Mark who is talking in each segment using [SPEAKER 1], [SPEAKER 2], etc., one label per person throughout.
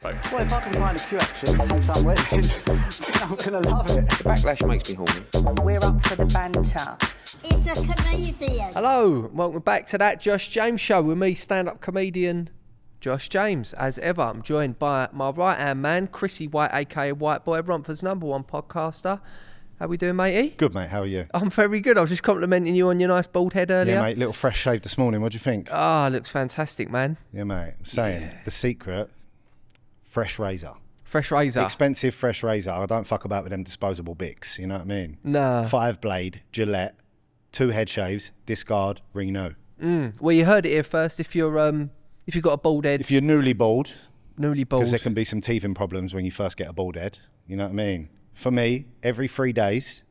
[SPEAKER 1] Bye.
[SPEAKER 2] Well, if I can find a Q action from somewhere, then I'm going to love it.
[SPEAKER 3] The backlash makes me horny.
[SPEAKER 4] We're up for the banter.
[SPEAKER 5] It's a comedian.
[SPEAKER 6] Hello, welcome back to that Josh James show with me, stand up comedian Josh James. As ever, I'm joined by my right hand man, Chrissy White, aka White Boy, Romford's number one podcaster. How we doing, matey?
[SPEAKER 7] Good, mate. How are you?
[SPEAKER 6] I'm very good. I was just complimenting you on your nice bald head earlier.
[SPEAKER 7] Yeah, mate. Little fresh shave this morning. What do you think?
[SPEAKER 6] Ah, looks fantastic, man.
[SPEAKER 7] yeah, mate. I'm saying the secret: fresh razor,
[SPEAKER 6] Fresh razor.
[SPEAKER 7] expensive fresh razor. I don't fuck about with them disposable bics. You know what I mean?
[SPEAKER 6] Nah.
[SPEAKER 7] Five blade Gillette, two head shaves, discard, Reno.
[SPEAKER 6] well, you heard it here first. If you're um, if you've got a bald head,
[SPEAKER 7] If you're newly bald,
[SPEAKER 6] newly bald,
[SPEAKER 7] because there can be some teething problems when you first get a bald head. You know what I mean? For me, every three days,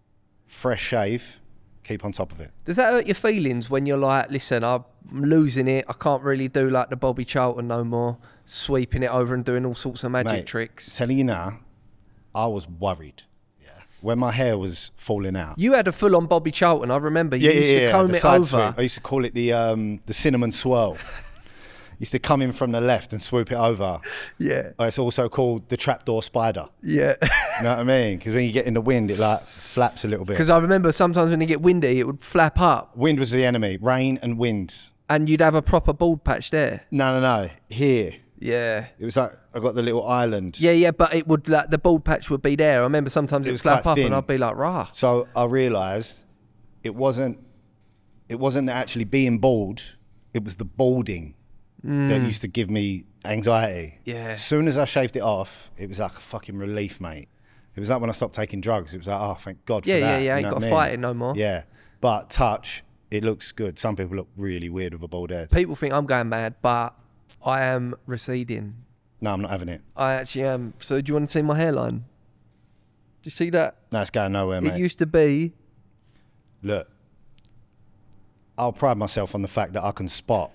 [SPEAKER 7] fresh shave. Keep on top of it.
[SPEAKER 6] Does that hurt your feelings when you're like, listen, I'm losing it. I can't really do like the Bobby Charlton no more, sweeping it over and doing all sorts of magic
[SPEAKER 7] Mate,
[SPEAKER 6] tricks.
[SPEAKER 7] Telling you now, I was worried. Yeah. When my hair was falling out.
[SPEAKER 6] You had a full on Bobby Charlton. I remember you used to comb
[SPEAKER 7] the
[SPEAKER 6] it
[SPEAKER 7] side
[SPEAKER 6] over.
[SPEAKER 7] swoop. I used to call it the um, the cinnamon swirl. used to come in from the left and swoop it over.
[SPEAKER 6] Yeah,
[SPEAKER 7] Or it's also called the trapdoor spider.
[SPEAKER 6] yeah.
[SPEAKER 7] You know what I mean? Because when you get in the wind, it like flaps a little bit.
[SPEAKER 6] Because I remember sometimes when it get windy, it would flap up,
[SPEAKER 7] Wind was the enemy. Rain and wind.
[SPEAKER 6] and you'd have a proper bald patch there.
[SPEAKER 7] No, no, no. Here.
[SPEAKER 6] Yeah,
[SPEAKER 7] It was like I got the little island.
[SPEAKER 6] yeah, yeah. But it would like the bald patch would be there. I remember sometimes it,
[SPEAKER 7] It
[SPEAKER 6] would
[SPEAKER 7] was
[SPEAKER 6] flap
[SPEAKER 7] quite
[SPEAKER 6] up,
[SPEAKER 7] thin.
[SPEAKER 6] and I'd be like, rah.
[SPEAKER 7] So I realised it wasn't it wasn't actually being bald, it was the balding that used to give me anxiety.
[SPEAKER 6] Mm. Yeah.
[SPEAKER 7] As soon as I shaved it off, it was like a fucking relief, mate. It was like when I stopped taking drugs. It was like, oh, thank God
[SPEAKER 6] Yeah,
[SPEAKER 7] for
[SPEAKER 6] yeah,
[SPEAKER 7] that.
[SPEAKER 6] yeah,
[SPEAKER 7] you
[SPEAKER 6] ain't
[SPEAKER 7] know
[SPEAKER 6] gotta
[SPEAKER 7] what I
[SPEAKER 6] fight it no more.
[SPEAKER 7] Yeah. But touch, it looks good. Some people look really weird with a bald head.
[SPEAKER 6] People think I'm going mad, but I am receding.
[SPEAKER 7] No, I'm not having it.
[SPEAKER 6] I actually am. So do you want to see my hairline? Do you see that?
[SPEAKER 7] No, it's going nowhere, mate.
[SPEAKER 6] It used to be.
[SPEAKER 7] look, I'll pride myself on the fact that I can spot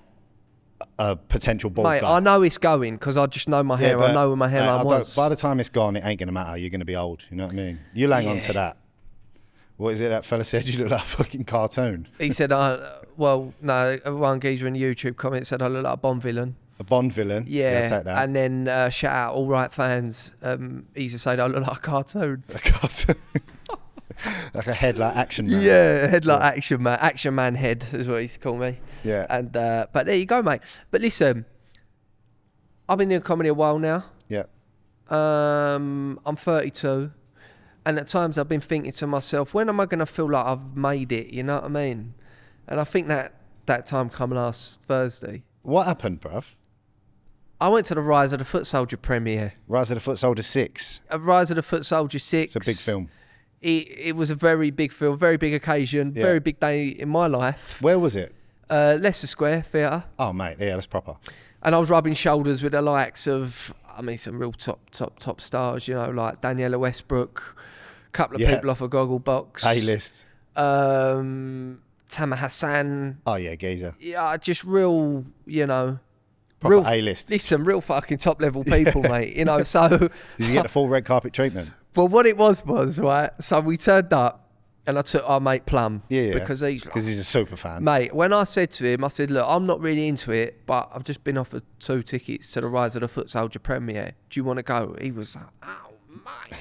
[SPEAKER 7] a potential bald
[SPEAKER 6] Mate,
[SPEAKER 7] guy.
[SPEAKER 6] I know it's going because I just know my hair. I
[SPEAKER 7] Oh, but,
[SPEAKER 6] know where my
[SPEAKER 7] mate,
[SPEAKER 6] hairline
[SPEAKER 7] I don't-
[SPEAKER 6] was.
[SPEAKER 7] By the time it's gone, it ain't gonna matter. You're gonna be old. You know what I mean? You're laying on to that. What is it that fella said? You look like a fucking cartoon,
[SPEAKER 6] He said, uh, "Well, no." One geezer in the YouTube comment said, "I look like a Bond villain."
[SPEAKER 7] a Bond villain.
[SPEAKER 6] Yeah,
[SPEAKER 7] I'll take that.
[SPEAKER 6] and then uh, shout out all right fans. Um, he used to say, "I look like a cartoon."
[SPEAKER 7] a cartoon, like a head like action. Man.
[SPEAKER 6] Yeah, head like action man, action man head is what he used to call me.
[SPEAKER 7] Yeah.
[SPEAKER 6] and uh, but there you go, mate. But listen, I've been doing comedy a while now.
[SPEAKER 7] yeah.
[SPEAKER 6] Um, I'm 32, and at times I've been thinking to myself, when am I going to feel like I've made it? You know what I mean? And I think that that time come last Thursday.
[SPEAKER 7] What happened, bruv?
[SPEAKER 6] I went to the Rise of the Foot Soldier premiere.
[SPEAKER 7] Rise of the Foot Soldier Six.
[SPEAKER 6] Uh, Rise of the Foot Soldier Six.
[SPEAKER 7] It's a big film.
[SPEAKER 6] It, it was a very big film, very big occasion,
[SPEAKER 7] Yeah.
[SPEAKER 6] very big day in my life.
[SPEAKER 7] Where was it?
[SPEAKER 6] Uh, Leicester Square Theatre.
[SPEAKER 7] Oh, mate. Yeah, that's proper.
[SPEAKER 6] and I was rubbing shoulders with the likes of, I mean, some real top, top, top stars, you know, like Daniela Westbrook, a couple of
[SPEAKER 7] Yeah.
[SPEAKER 6] people off a goggle box,
[SPEAKER 7] A list.
[SPEAKER 6] um, Tama Hassan,
[SPEAKER 7] Oh yeah, geezer.
[SPEAKER 6] yeah, just real, you know,
[SPEAKER 7] Proper
[SPEAKER 6] real
[SPEAKER 7] A list. Did
[SPEAKER 6] Listen, real fucking top level people, mate. You know, so
[SPEAKER 7] you get the full red carpet treatment?
[SPEAKER 6] well, what it was was right. So we turned up, and I took our mate Plum,
[SPEAKER 7] Yeah, yeah.
[SPEAKER 6] because he's like,
[SPEAKER 7] Because he's a super fan.
[SPEAKER 6] Mate, when I said to him, I said, look, I'm not really into it, but I've just been offered two tickets to the Rise of the Foot Soldier premiere. Do you want to go? He was like, oh, mate,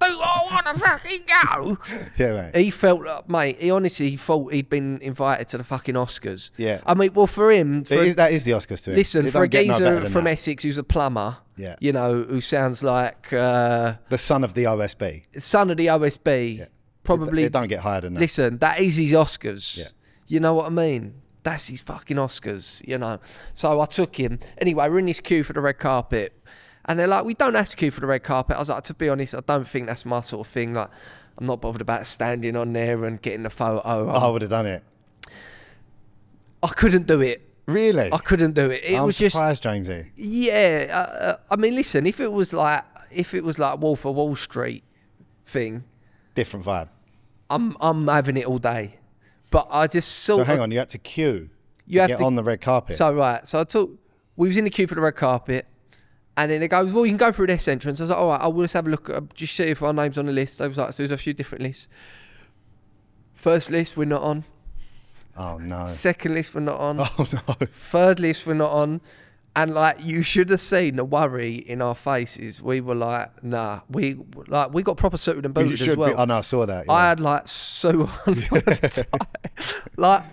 [SPEAKER 6] do I want to fucking go?
[SPEAKER 7] Yeah, mate.
[SPEAKER 6] He felt, like, mate, he honestly thought he'd been invited to the fucking Oscars.
[SPEAKER 7] Yeah.
[SPEAKER 6] I mean, well, for him, for
[SPEAKER 7] It is- that is the Oscars to him.
[SPEAKER 6] listen,
[SPEAKER 7] It
[SPEAKER 6] for a
[SPEAKER 7] don't get no better
[SPEAKER 6] geezer
[SPEAKER 7] than
[SPEAKER 6] from
[SPEAKER 7] that.
[SPEAKER 6] Essex who's a plumber,
[SPEAKER 7] Yeah.
[SPEAKER 6] you know, who sounds like uh,
[SPEAKER 7] the son of the OSB.
[SPEAKER 6] son of the OSB, probably
[SPEAKER 7] It don't get higher than that.
[SPEAKER 6] Listen, that is his Oscars.
[SPEAKER 7] Yeah.
[SPEAKER 6] You know what I mean? That's his fucking Oscars, you know. So I took him. Anyway, we're in this queue for the red carpet. And they're like, we don't have to queue for the red carpet. I was like, to be honest, I don't think that's my sort of thing. Like, I'm not bothered about standing on there and getting a photo.
[SPEAKER 7] I
[SPEAKER 6] I,
[SPEAKER 7] would have done it.
[SPEAKER 6] I couldn't do it.
[SPEAKER 7] Really?
[SPEAKER 6] I couldn't do it. It
[SPEAKER 7] I'm
[SPEAKER 6] was just,
[SPEAKER 7] surprised, Jamesy.
[SPEAKER 6] yeah. Uh, uh, I mean, listen, if it was like, if it was like Wolf of Wall Street thing,
[SPEAKER 7] Different vibe.
[SPEAKER 6] I'm I'm having it all day. But I just saw.
[SPEAKER 7] So hang on, you had to queue
[SPEAKER 6] You
[SPEAKER 7] to
[SPEAKER 6] have
[SPEAKER 7] get
[SPEAKER 6] to-
[SPEAKER 7] on the red carpet.
[SPEAKER 6] So right, so I took. We was in the queue for the red carpet, and then it goes, "Well, you can go through this entrance." I was like, "All right, I will just have a look, uh, just see if our names on the list." I was like, "So there's a few different lists. First list we're not on.
[SPEAKER 7] oh no.
[SPEAKER 6] Second list we're not on.
[SPEAKER 7] Oh no.
[SPEAKER 6] Third list we're not on." And like you should have seen the worry in our faces. We were like, nah, we like we got proper suited and
[SPEAKER 7] You
[SPEAKER 6] booted as
[SPEAKER 7] should
[SPEAKER 6] well.
[SPEAKER 7] be. Oh no, I saw that.
[SPEAKER 6] I
[SPEAKER 7] yeah.
[SPEAKER 6] had like so on the tie. like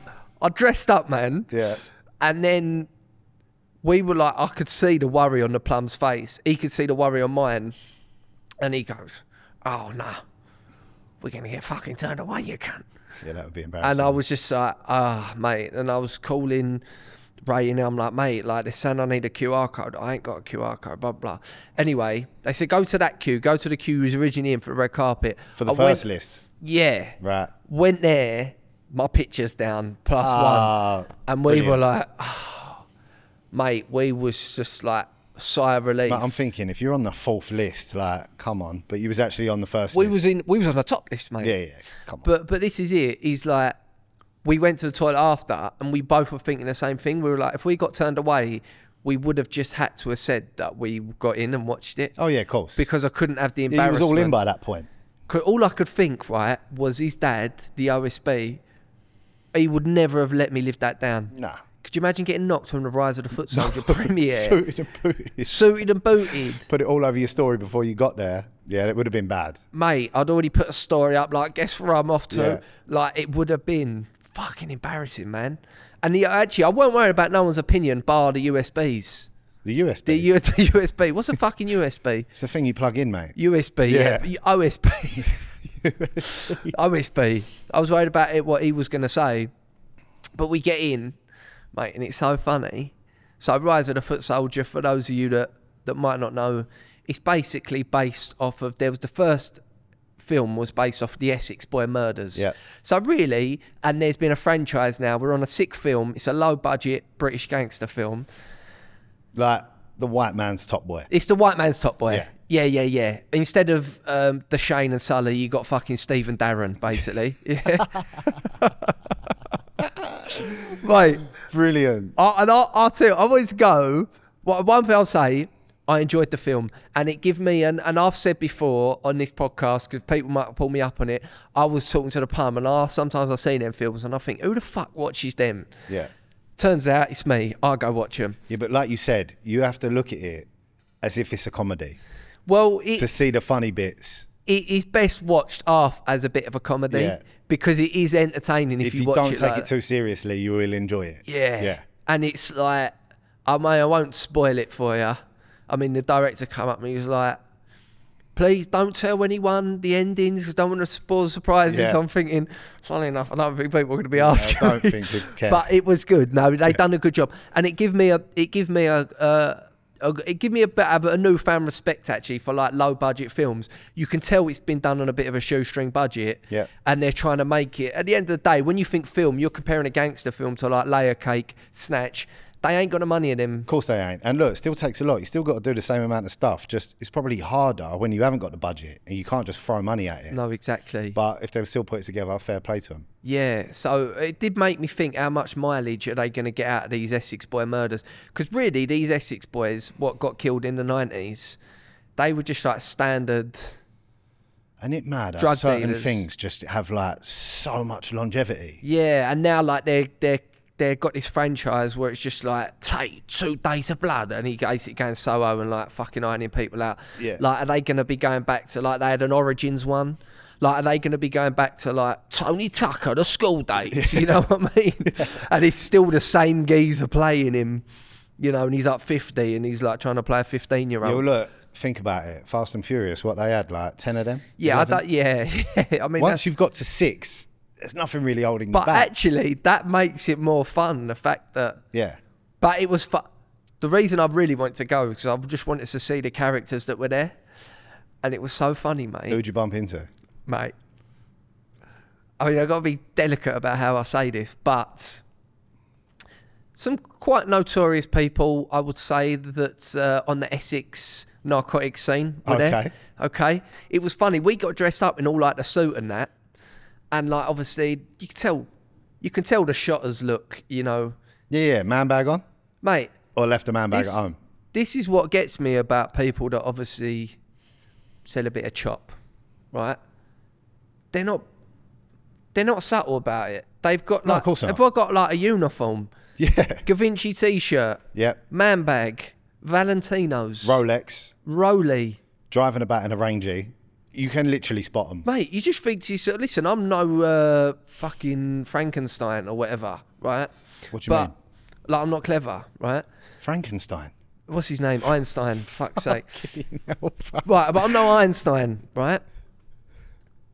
[SPEAKER 6] I dressed up, man.
[SPEAKER 7] Yeah.
[SPEAKER 6] And then we were like, I could see the worry on the plum's face. He could see the worry on mine, and he goes, "Oh no, we're gonna get fucking turned away, you cunt."
[SPEAKER 7] yeah, that would be embarrassing.
[SPEAKER 6] And I was just like, ah, mate. And I was calling Ray, and I'm like, mate, like they're saying I need a QR code. I ain't got a QR code, blah, blah. Anyway, they said, go to that queue, go to the queue who's originally in for the red carpet.
[SPEAKER 7] for the
[SPEAKER 6] I
[SPEAKER 7] first
[SPEAKER 6] went,
[SPEAKER 7] list,
[SPEAKER 6] Yeah.
[SPEAKER 7] right?
[SPEAKER 6] Went there, my picture's down, plus
[SPEAKER 7] Ah,
[SPEAKER 6] one. And we were
[SPEAKER 7] brilliant.
[SPEAKER 6] like, oh, mate, we was just like, sigh of relief.
[SPEAKER 7] But I'm thinking if you're on the fourth list, like, come on. But you was actually on the first.
[SPEAKER 6] we
[SPEAKER 7] list.
[SPEAKER 6] was in, we was on the top list, mate.
[SPEAKER 7] Yeah, yeah. Come on.
[SPEAKER 6] But but this is it. Is like we went to the toilet after, and we both were thinking the same thing. We were like, if we got turned away, we would have just had to have said that we got in and watched it.
[SPEAKER 7] oh yeah, of course.
[SPEAKER 6] Because I couldn't have the
[SPEAKER 7] Yeah, you
[SPEAKER 6] embarrassment.
[SPEAKER 7] was all in by that point.
[SPEAKER 6] 'Cause all I could think, right, was his dad, the OSB. He would never have let me live that down.
[SPEAKER 7] Nah.
[SPEAKER 6] Could you imagine getting knocked from the Rise of the Foot Soldier premiere,
[SPEAKER 7] Suited and booted.
[SPEAKER 6] suited and booted?
[SPEAKER 7] Put it all over your story before you got there. Yeah, it would have been bad.
[SPEAKER 6] mate, I'd already put a story up like guess where I'm off to.
[SPEAKER 7] Yeah.
[SPEAKER 6] Like it would have been fucking embarrassing, man. And the, actually, I won't worry about no one's opinion bar the USBs.
[SPEAKER 7] The USB.
[SPEAKER 6] The, U- the USB. What's a fucking USB?
[SPEAKER 7] it's the thing you plug in, mate.
[SPEAKER 6] USB. Yeah.
[SPEAKER 7] Yeah.
[SPEAKER 6] OSB. OSB. I was worried about it, what he was going to say. But we get in, mate, and it's so funny. So, Rise of the Foot Soldier, for those of you that, that might not know, it's basically based off of. There was the first film was based off the Essex Boy murders.
[SPEAKER 7] Yeah.
[SPEAKER 6] So really, and there's been a franchise now. We're on a sick film. It's a low budget British gangster film.
[SPEAKER 7] Like the white man's top boy.
[SPEAKER 6] It's the white man's top boy.
[SPEAKER 7] Yeah.
[SPEAKER 6] Yeah, yeah, yeah. Instead of um, the Shane and Sully, you got fucking Steve and Darren, basically. Yeah. right.
[SPEAKER 7] Brilliant.
[SPEAKER 6] I, and I, I'll tell you, I always go. Well, one thing I'll say, I enjoyed the film, and it gave me and and I've said before on this podcast because people might pull me up on it. I was talking to the pub, and I sometimes I see them films, and I think, who the fuck watches them?
[SPEAKER 7] Yeah.
[SPEAKER 6] Turns out it's me. I go watch them.
[SPEAKER 7] Yeah, but like you said, you have to look at it as if it's a comedy
[SPEAKER 6] Well, it,
[SPEAKER 7] to see the funny bits.
[SPEAKER 6] it is best watched off as a bit of a comedy
[SPEAKER 7] Yeah.
[SPEAKER 6] because it is entertaining if,
[SPEAKER 7] If, you,
[SPEAKER 6] watch
[SPEAKER 7] don't
[SPEAKER 6] it
[SPEAKER 7] take
[SPEAKER 6] like
[SPEAKER 7] it too seriously, you will enjoy it.
[SPEAKER 6] Yeah.
[SPEAKER 7] Yeah.
[SPEAKER 6] And it's like, I mean, I won't spoil it for you. I mean, the director come up and he was like, please don't tell anyone the endings because don't want to spoil surprises.
[SPEAKER 7] Yeah.
[SPEAKER 6] I'm thinking, funny enough, I don't think people are going to be
[SPEAKER 7] I
[SPEAKER 6] asking.
[SPEAKER 7] don't
[SPEAKER 6] me.
[SPEAKER 7] think people care.
[SPEAKER 6] But it was good. No, they done a good job, and it give me a it give me a. Uh, a- it give me a bit of a newfound respect actually for like low budget films. You can tell it's been done on a bit of a shoestring budget,
[SPEAKER 7] Yeah.
[SPEAKER 6] And they're trying to make it. At the end of the day, when you think film, you're comparing a gangster film to like Layer Cake, Snatch. They ain't got the money in them.
[SPEAKER 7] Of course they ain't. And look, it still takes a lot. You still got to do the same amount of stuff. Just it's probably harder when you haven't got the budget and you can't just throw money at it.
[SPEAKER 6] No, exactly.
[SPEAKER 7] But if they've still put it together, fair play to them.
[SPEAKER 6] Yeah, so it did make me think how much mileage are they going to get out of these Essex boy murders? Because really, these Essex boys, what got killed in the 90s, they were just like standard.
[SPEAKER 7] And it mad. how
[SPEAKER 6] Drug
[SPEAKER 7] certain
[SPEAKER 6] dealers.
[SPEAKER 7] things just have like so much longevity.
[SPEAKER 6] Yeah, and now like they're, they're, they've got this franchise where it's just like, take two days of blood. And he goes it going Soho and like fucking ironing people out.
[SPEAKER 7] Yeah.
[SPEAKER 6] Like, are they going to be going back to like they had an Origins one? Like, are they going to be going back to like Tony Tucker, the school days? You know what I mean? And it's still the same geezer playing him, you know, and he's like 50 and he's like trying to play a 15 year
[SPEAKER 7] Yeah, well,
[SPEAKER 6] old.
[SPEAKER 7] look, think about it. Fast and Furious, what they had, like 10 of them?
[SPEAKER 6] Yeah, I
[SPEAKER 7] 11?
[SPEAKER 6] don't, yeah. I mean, that's-
[SPEAKER 7] Once you've got to six, there's nothing really holding you
[SPEAKER 6] but
[SPEAKER 7] back.
[SPEAKER 6] actually, that makes it more fun the fact that
[SPEAKER 7] yeah.
[SPEAKER 6] But it was fu- the reason I really wanted to go because I just wanted to see the characters that were there, and it was so funny, mate.
[SPEAKER 7] Who'd you bump into?
[SPEAKER 6] Mate, I mean, I got to be delicate about how I say this, but some quite notorious people, I would say, that uh, on the Essex narcotics scene were
[SPEAKER 7] Okay.
[SPEAKER 6] there. Okay, it was funny. We got dressed up in all like the suit and that, and like obviously you can tell, you can tell the shotters look, you know,
[SPEAKER 7] Yeah, yeah, man bag on?
[SPEAKER 6] mate
[SPEAKER 7] Or left a man bag
[SPEAKER 6] this,
[SPEAKER 7] at home?
[SPEAKER 6] this is what gets me about people that obviously sell a bit of chop, right? They're not they're not subtle about it. They've got
[SPEAKER 7] No,
[SPEAKER 6] like
[SPEAKER 7] of course not.
[SPEAKER 6] everyone got like a uniform.
[SPEAKER 7] Yeah.
[SPEAKER 6] Gavinci t-shirt,
[SPEAKER 7] Yeah.
[SPEAKER 6] man bag, Valentinos,
[SPEAKER 7] Rolex,
[SPEAKER 6] Roly.
[SPEAKER 7] driving about in a Rangy. You can literally spot them.
[SPEAKER 6] Mate, you just think to yourself, listen, I'm no uh, fucking Frankenstein or whatever, right?
[SPEAKER 7] What do you
[SPEAKER 6] but,
[SPEAKER 7] mean?
[SPEAKER 6] Like, I'm not clever, right?
[SPEAKER 7] Frankenstein.
[SPEAKER 6] What's his name? Einstein. Fuck's sake. right, but I'm no Einstein, right?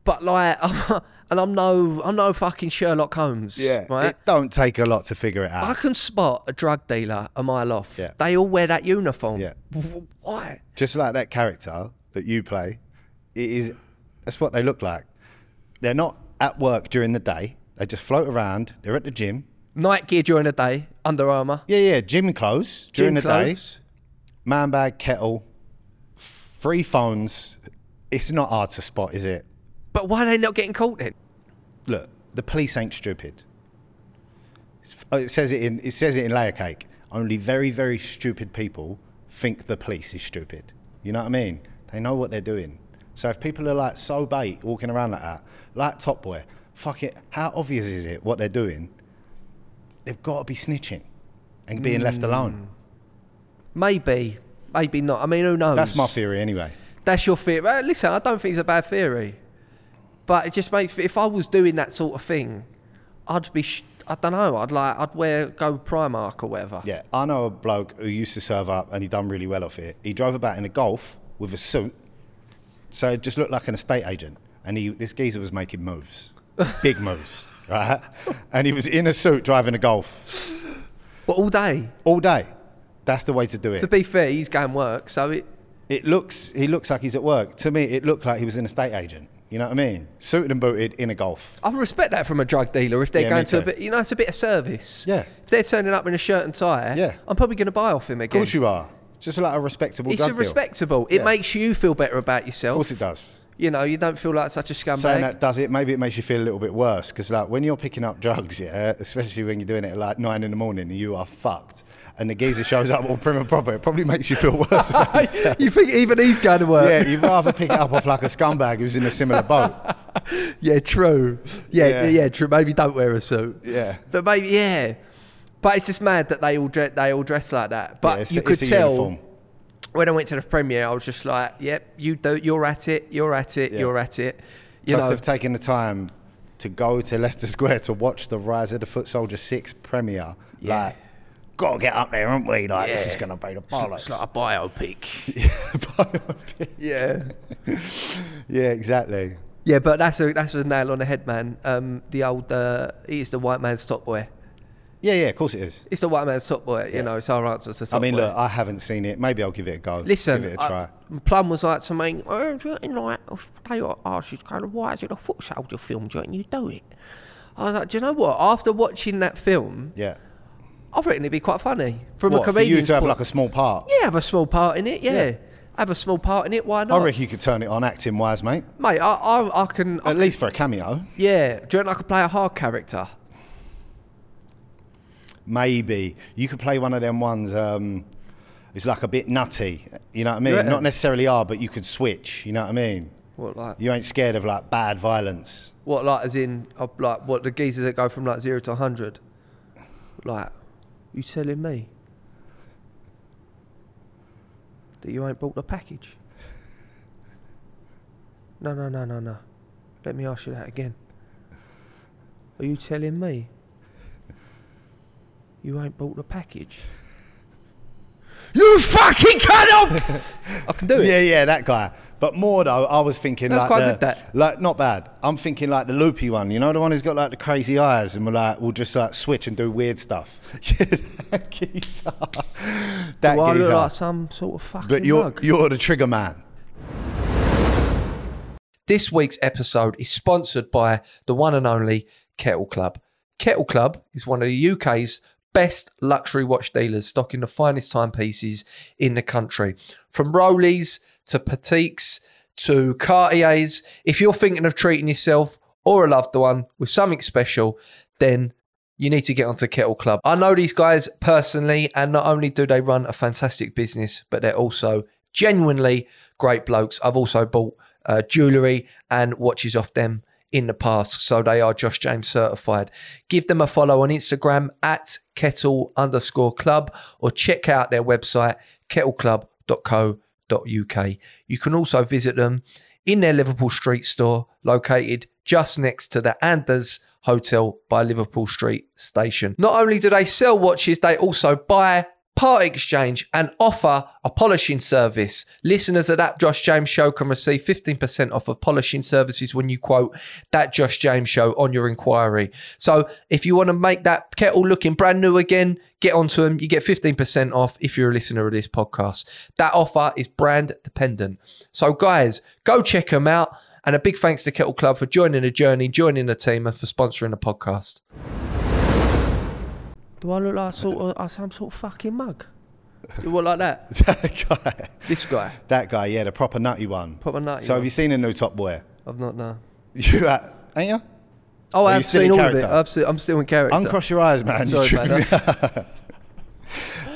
[SPEAKER 6] But like, I'm, and I'm no, I'm no fucking Sherlock Holmes. Right.
[SPEAKER 7] It don't take a lot to figure it
[SPEAKER 6] I
[SPEAKER 7] out.
[SPEAKER 6] can spot a drug dealer a mile off.
[SPEAKER 7] Yeah.
[SPEAKER 6] They all wear that uniform.
[SPEAKER 7] Yeah.
[SPEAKER 6] W- Why?
[SPEAKER 7] Just like that character that you play, it is that's what they look like. They're not at work during the day. They just float around. They're at the gym.
[SPEAKER 6] Night gear during the day, Under Armour.
[SPEAKER 7] Yeah, yeah, gym clothes during
[SPEAKER 6] gym
[SPEAKER 7] the day.
[SPEAKER 6] clothes.
[SPEAKER 7] Man bag, kettle, free phones. It's not hard to spot, is it?
[SPEAKER 6] But why are they not getting caught then?
[SPEAKER 7] look, the police ain't stupid. It's, oh, it says it in it says it in layer cake. Only very very stupid people think the police is stupid. You know what I mean? They know what they're doing. So if people are like so bait walking around like that, like Top Boy, fuck it. How obvious is it what they're doing? They've got to be snitching and being left alone.
[SPEAKER 6] Maybe. Maybe not. I mean, who knows?
[SPEAKER 7] That's my theory anyway.
[SPEAKER 6] That's your theory. Well, listen, I don't think it's a bad theory, but it just makes. If I was doing that sort of thing, I'd be. Sh- I don't know. I'd like. I'd wear go Primark or whatever.
[SPEAKER 7] Yeah, I know a bloke who used to serve up and he done really well off it. He drove about in a golf with a suit, so it just looked like an estate agent. And he, this geezer was making moves, big moves, right? And he was in a suit driving a golf
[SPEAKER 6] But all day.
[SPEAKER 7] all day. That's the way to do
[SPEAKER 6] To
[SPEAKER 7] it.
[SPEAKER 6] be fair, he's going work, so it.
[SPEAKER 7] It looks, he looks like he's at work. To me, it looked like he was an estate agent. You know what I mean? Suited and booted in a golf.
[SPEAKER 6] I respect that from a drug dealer if they're
[SPEAKER 7] Yeah, me
[SPEAKER 6] going to a
[SPEAKER 7] too.
[SPEAKER 6] bit. You know, it's a bit of service.
[SPEAKER 7] Yeah.
[SPEAKER 6] If they're turning up in a shirt and tie,
[SPEAKER 7] Yeah.
[SPEAKER 6] I'm probably going to buy off him
[SPEAKER 7] Of
[SPEAKER 6] again.
[SPEAKER 7] course you are. Just like a respectable.
[SPEAKER 6] it's
[SPEAKER 7] drug
[SPEAKER 6] a
[SPEAKER 7] deal.
[SPEAKER 6] respectable. It
[SPEAKER 7] Yeah.
[SPEAKER 6] makes you feel better about yourself.
[SPEAKER 7] Of course it does.
[SPEAKER 6] You know, you don't feel like such a
[SPEAKER 7] saying
[SPEAKER 6] scumbag.
[SPEAKER 7] that does it maybe it makes you feel a little bit worse because like when you're picking up drugs yeah especially when you're doing it at like nine in the morning you are fucked and the geezer shows up all prim and proper it probably makes you feel worse about yourself.
[SPEAKER 6] you think even he's going to work?
[SPEAKER 7] yeah you'd rather pick it up off like a scumbag who's in a similar boat
[SPEAKER 6] Yeah, true. Yeah, yeah,
[SPEAKER 7] Yeah.
[SPEAKER 6] true. Maybe don't wear a suit.
[SPEAKER 7] Yeah.
[SPEAKER 6] but maybe yeah. But it's just mad that they all dress, they all dress like that. But
[SPEAKER 7] Yeah, it's-
[SPEAKER 6] you
[SPEAKER 7] it's
[SPEAKER 6] could
[SPEAKER 7] a
[SPEAKER 6] tell
[SPEAKER 7] uniform.
[SPEAKER 6] when I went to the premiere, I was just like, "Yep, you do. You're at it. You're at it. You're at it." You
[SPEAKER 7] plus
[SPEAKER 6] know,
[SPEAKER 7] they've taken the time to go to Leicester Square to watch the Rise of the Foot Soldier 6 premiere
[SPEAKER 6] Yeah.
[SPEAKER 7] like gotta get up there aren't we like this
[SPEAKER 6] Yeah.
[SPEAKER 7] is gonna be the
[SPEAKER 6] it's, it's
[SPEAKER 7] bollocks
[SPEAKER 6] like a biopic. yeah,
[SPEAKER 7] yeah exactly
[SPEAKER 6] yeah. But that's a that's a nail on the head, man. Um, the old uh, he is the white man's top boy.
[SPEAKER 7] yeah yeah of course it is
[SPEAKER 6] It's the white man's top boy. You know, it's our answer to top
[SPEAKER 7] I mean,
[SPEAKER 6] boy.
[SPEAKER 7] look, I haven't seen it. Maybe I'll give it a go.
[SPEAKER 6] Listen,
[SPEAKER 7] give it a
[SPEAKER 6] I-
[SPEAKER 7] try.
[SPEAKER 6] Plum was like to me, oh, do you know, like, if they like, oh, she's kind of, why is it a foot soldier film? Do you reckon you do it? I was like, do you know what? After watching that film,
[SPEAKER 7] yeah.
[SPEAKER 6] I've written it'd be quite funny from
[SPEAKER 7] What,
[SPEAKER 6] a
[SPEAKER 7] for you
[SPEAKER 6] comedian's
[SPEAKER 7] to have
[SPEAKER 6] point-
[SPEAKER 7] like a small part.
[SPEAKER 6] yeah, have a small part in it. Yeah.
[SPEAKER 7] Yeah.
[SPEAKER 6] have a small part in it. Why
[SPEAKER 7] I
[SPEAKER 6] not,
[SPEAKER 7] reckon you could turn it on acting wise, mate.
[SPEAKER 6] mate? I, I, I can. I,
[SPEAKER 7] At least for a cameo.
[SPEAKER 6] yeah, do you reckon I could play a hard character?
[SPEAKER 7] Maybe. You could play one of them ones um it's like a bit nutty. You know what I mean?
[SPEAKER 6] Yeah.
[SPEAKER 7] Not necessarily are, but you could switch, you know what I mean?
[SPEAKER 6] What like?
[SPEAKER 7] You ain't scared of like bad violence.
[SPEAKER 6] What like as in uh, like what the geezers that go from like zero to hundred? Like, you telling me that you ain't bought the package? No, no, no, no, no. Let me ask you that again. Are you telling me you ain't bought the package? You fucking cunt! I can do it.
[SPEAKER 7] Yeah, yeah, that guy. But more though, I was thinking
[SPEAKER 6] That's
[SPEAKER 7] like
[SPEAKER 6] quite
[SPEAKER 7] the,
[SPEAKER 6] good, that.
[SPEAKER 7] like not bad. I'm thinking like the loopy one, you know, the one who's got like the crazy eyes and we're like we'll just like switch and do weird stuff. Yeah, that geezer. That
[SPEAKER 6] Do I look
[SPEAKER 7] geezer.
[SPEAKER 6] like some sort of fucking
[SPEAKER 7] But you're
[SPEAKER 6] mug?
[SPEAKER 7] you're the trigger man.
[SPEAKER 6] This week's episode is sponsored by the one and only Kettle Club. Kettle Club is one of the UK's best luxury watch dealers, stocking the finest timepieces in the country. From Rolex to Petites to Cartiers, if you're thinking of treating yourself or a loved one with something special, then you need to get onto Kettle Club. I know these guys personally, and not only do they run a fantastic business, but they're also genuinely great blokes. I've also bought uh, jewellery and watches off them in the past, so they are Josh James certified. Give them a follow on Instagram at kettle underscore club or check out their website kettleclub.co.uk. You can also visit them in their Liverpool Street store located just next to the Anders Hotel by Liverpool Street Station. Not only do they sell watches, they also buy part exchange and offer a polishing service. Listeners of that Josh James show can receive 15% off of polishing services when you quote that Josh James show on your inquiry. So if you want to make that kettle looking brand new again, get onto them. You get 15% off if you're a listener of this podcast. That offer is brand dependent. So guys, go check them out. And a big thanks to Kettle Club for joining the journey, joining the team, and for sponsoring the podcast. Do I look like sort of like some sort of fucking mug? You look like that?
[SPEAKER 7] that guy.
[SPEAKER 6] This guy.
[SPEAKER 7] That guy, yeah, the proper nutty one.
[SPEAKER 6] Proper nutty
[SPEAKER 7] So
[SPEAKER 6] one.
[SPEAKER 7] have you seen a new Top Boy?
[SPEAKER 6] I've not known.
[SPEAKER 7] You uh, ain't you?
[SPEAKER 6] Oh,
[SPEAKER 7] you
[SPEAKER 6] I've
[SPEAKER 7] still
[SPEAKER 6] seen
[SPEAKER 7] in
[SPEAKER 6] all
[SPEAKER 7] character?
[SPEAKER 6] of it. I've seen, I'm still in character.
[SPEAKER 7] Uncross your eyes, man.
[SPEAKER 6] Sorry,
[SPEAKER 7] you tripped
[SPEAKER 6] mate,
[SPEAKER 7] me up.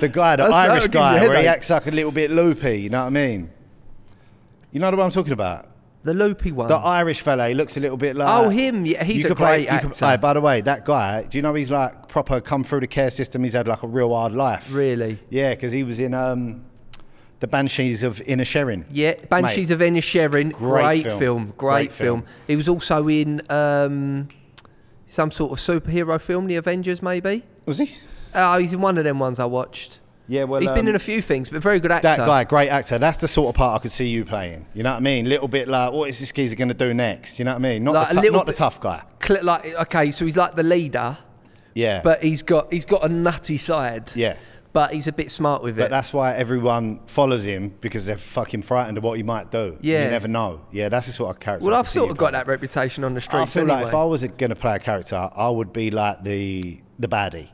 [SPEAKER 7] the guy, the
[SPEAKER 6] That's- that
[SPEAKER 7] Irish
[SPEAKER 6] gives you a
[SPEAKER 7] guy, where he
[SPEAKER 6] headache.
[SPEAKER 7] acts like a little bit loopy. You know what I mean? You know what I'm talking about?
[SPEAKER 6] the loopy one.
[SPEAKER 7] The Irish fella, he looks a little bit like.
[SPEAKER 6] Oh, him. Yeah, he's
[SPEAKER 7] you
[SPEAKER 6] a
[SPEAKER 7] could
[SPEAKER 6] great
[SPEAKER 7] you could-
[SPEAKER 6] actor.
[SPEAKER 7] Aye, by the way, that guy, do you know he's like proper come through the care system? He's had like a real hard life.
[SPEAKER 6] Really?
[SPEAKER 7] Yeah, because he was in um, the Banshees of Inner Sharon.
[SPEAKER 6] yeah, Banshees of Inisherin. Great,
[SPEAKER 7] Great
[SPEAKER 6] film.
[SPEAKER 7] film.
[SPEAKER 6] Great,
[SPEAKER 7] Great
[SPEAKER 6] film.
[SPEAKER 7] film.
[SPEAKER 6] He was also in um, some sort of superhero film, The Avengers, maybe.
[SPEAKER 7] Was he?
[SPEAKER 6] Oh, he's in one of them ones I watched.
[SPEAKER 7] Yeah, well.
[SPEAKER 6] He's been
[SPEAKER 7] um,
[SPEAKER 6] in a few things, but very good actor.
[SPEAKER 7] That guy, great actor. That's the sort of part I could see you playing. You know what I mean? Little bit like, what is this geezer going to do next? You know what I mean? Not,
[SPEAKER 6] Like a
[SPEAKER 7] the, tou-
[SPEAKER 6] little
[SPEAKER 7] not the
[SPEAKER 6] bit-
[SPEAKER 7] tough guy.
[SPEAKER 6] Cl- like okay, so he's like the leader,
[SPEAKER 7] Yeah.
[SPEAKER 6] but he's got he's got a nutty side.
[SPEAKER 7] Yeah.
[SPEAKER 6] But he's a bit smart with
[SPEAKER 7] But
[SPEAKER 6] it.
[SPEAKER 7] that's why everyone follows him because they're fucking frightened of what he might do.
[SPEAKER 6] Yeah.
[SPEAKER 7] You never know. Yeah, that's the sort of character.
[SPEAKER 6] well,
[SPEAKER 7] I
[SPEAKER 6] I've
[SPEAKER 7] could see
[SPEAKER 6] sort
[SPEAKER 7] you
[SPEAKER 6] of got
[SPEAKER 7] playing.
[SPEAKER 6] that reputation on the
[SPEAKER 7] I
[SPEAKER 6] streets
[SPEAKER 7] feel
[SPEAKER 6] anyway.
[SPEAKER 7] like if I was going to play a character, I would be like the the baddie.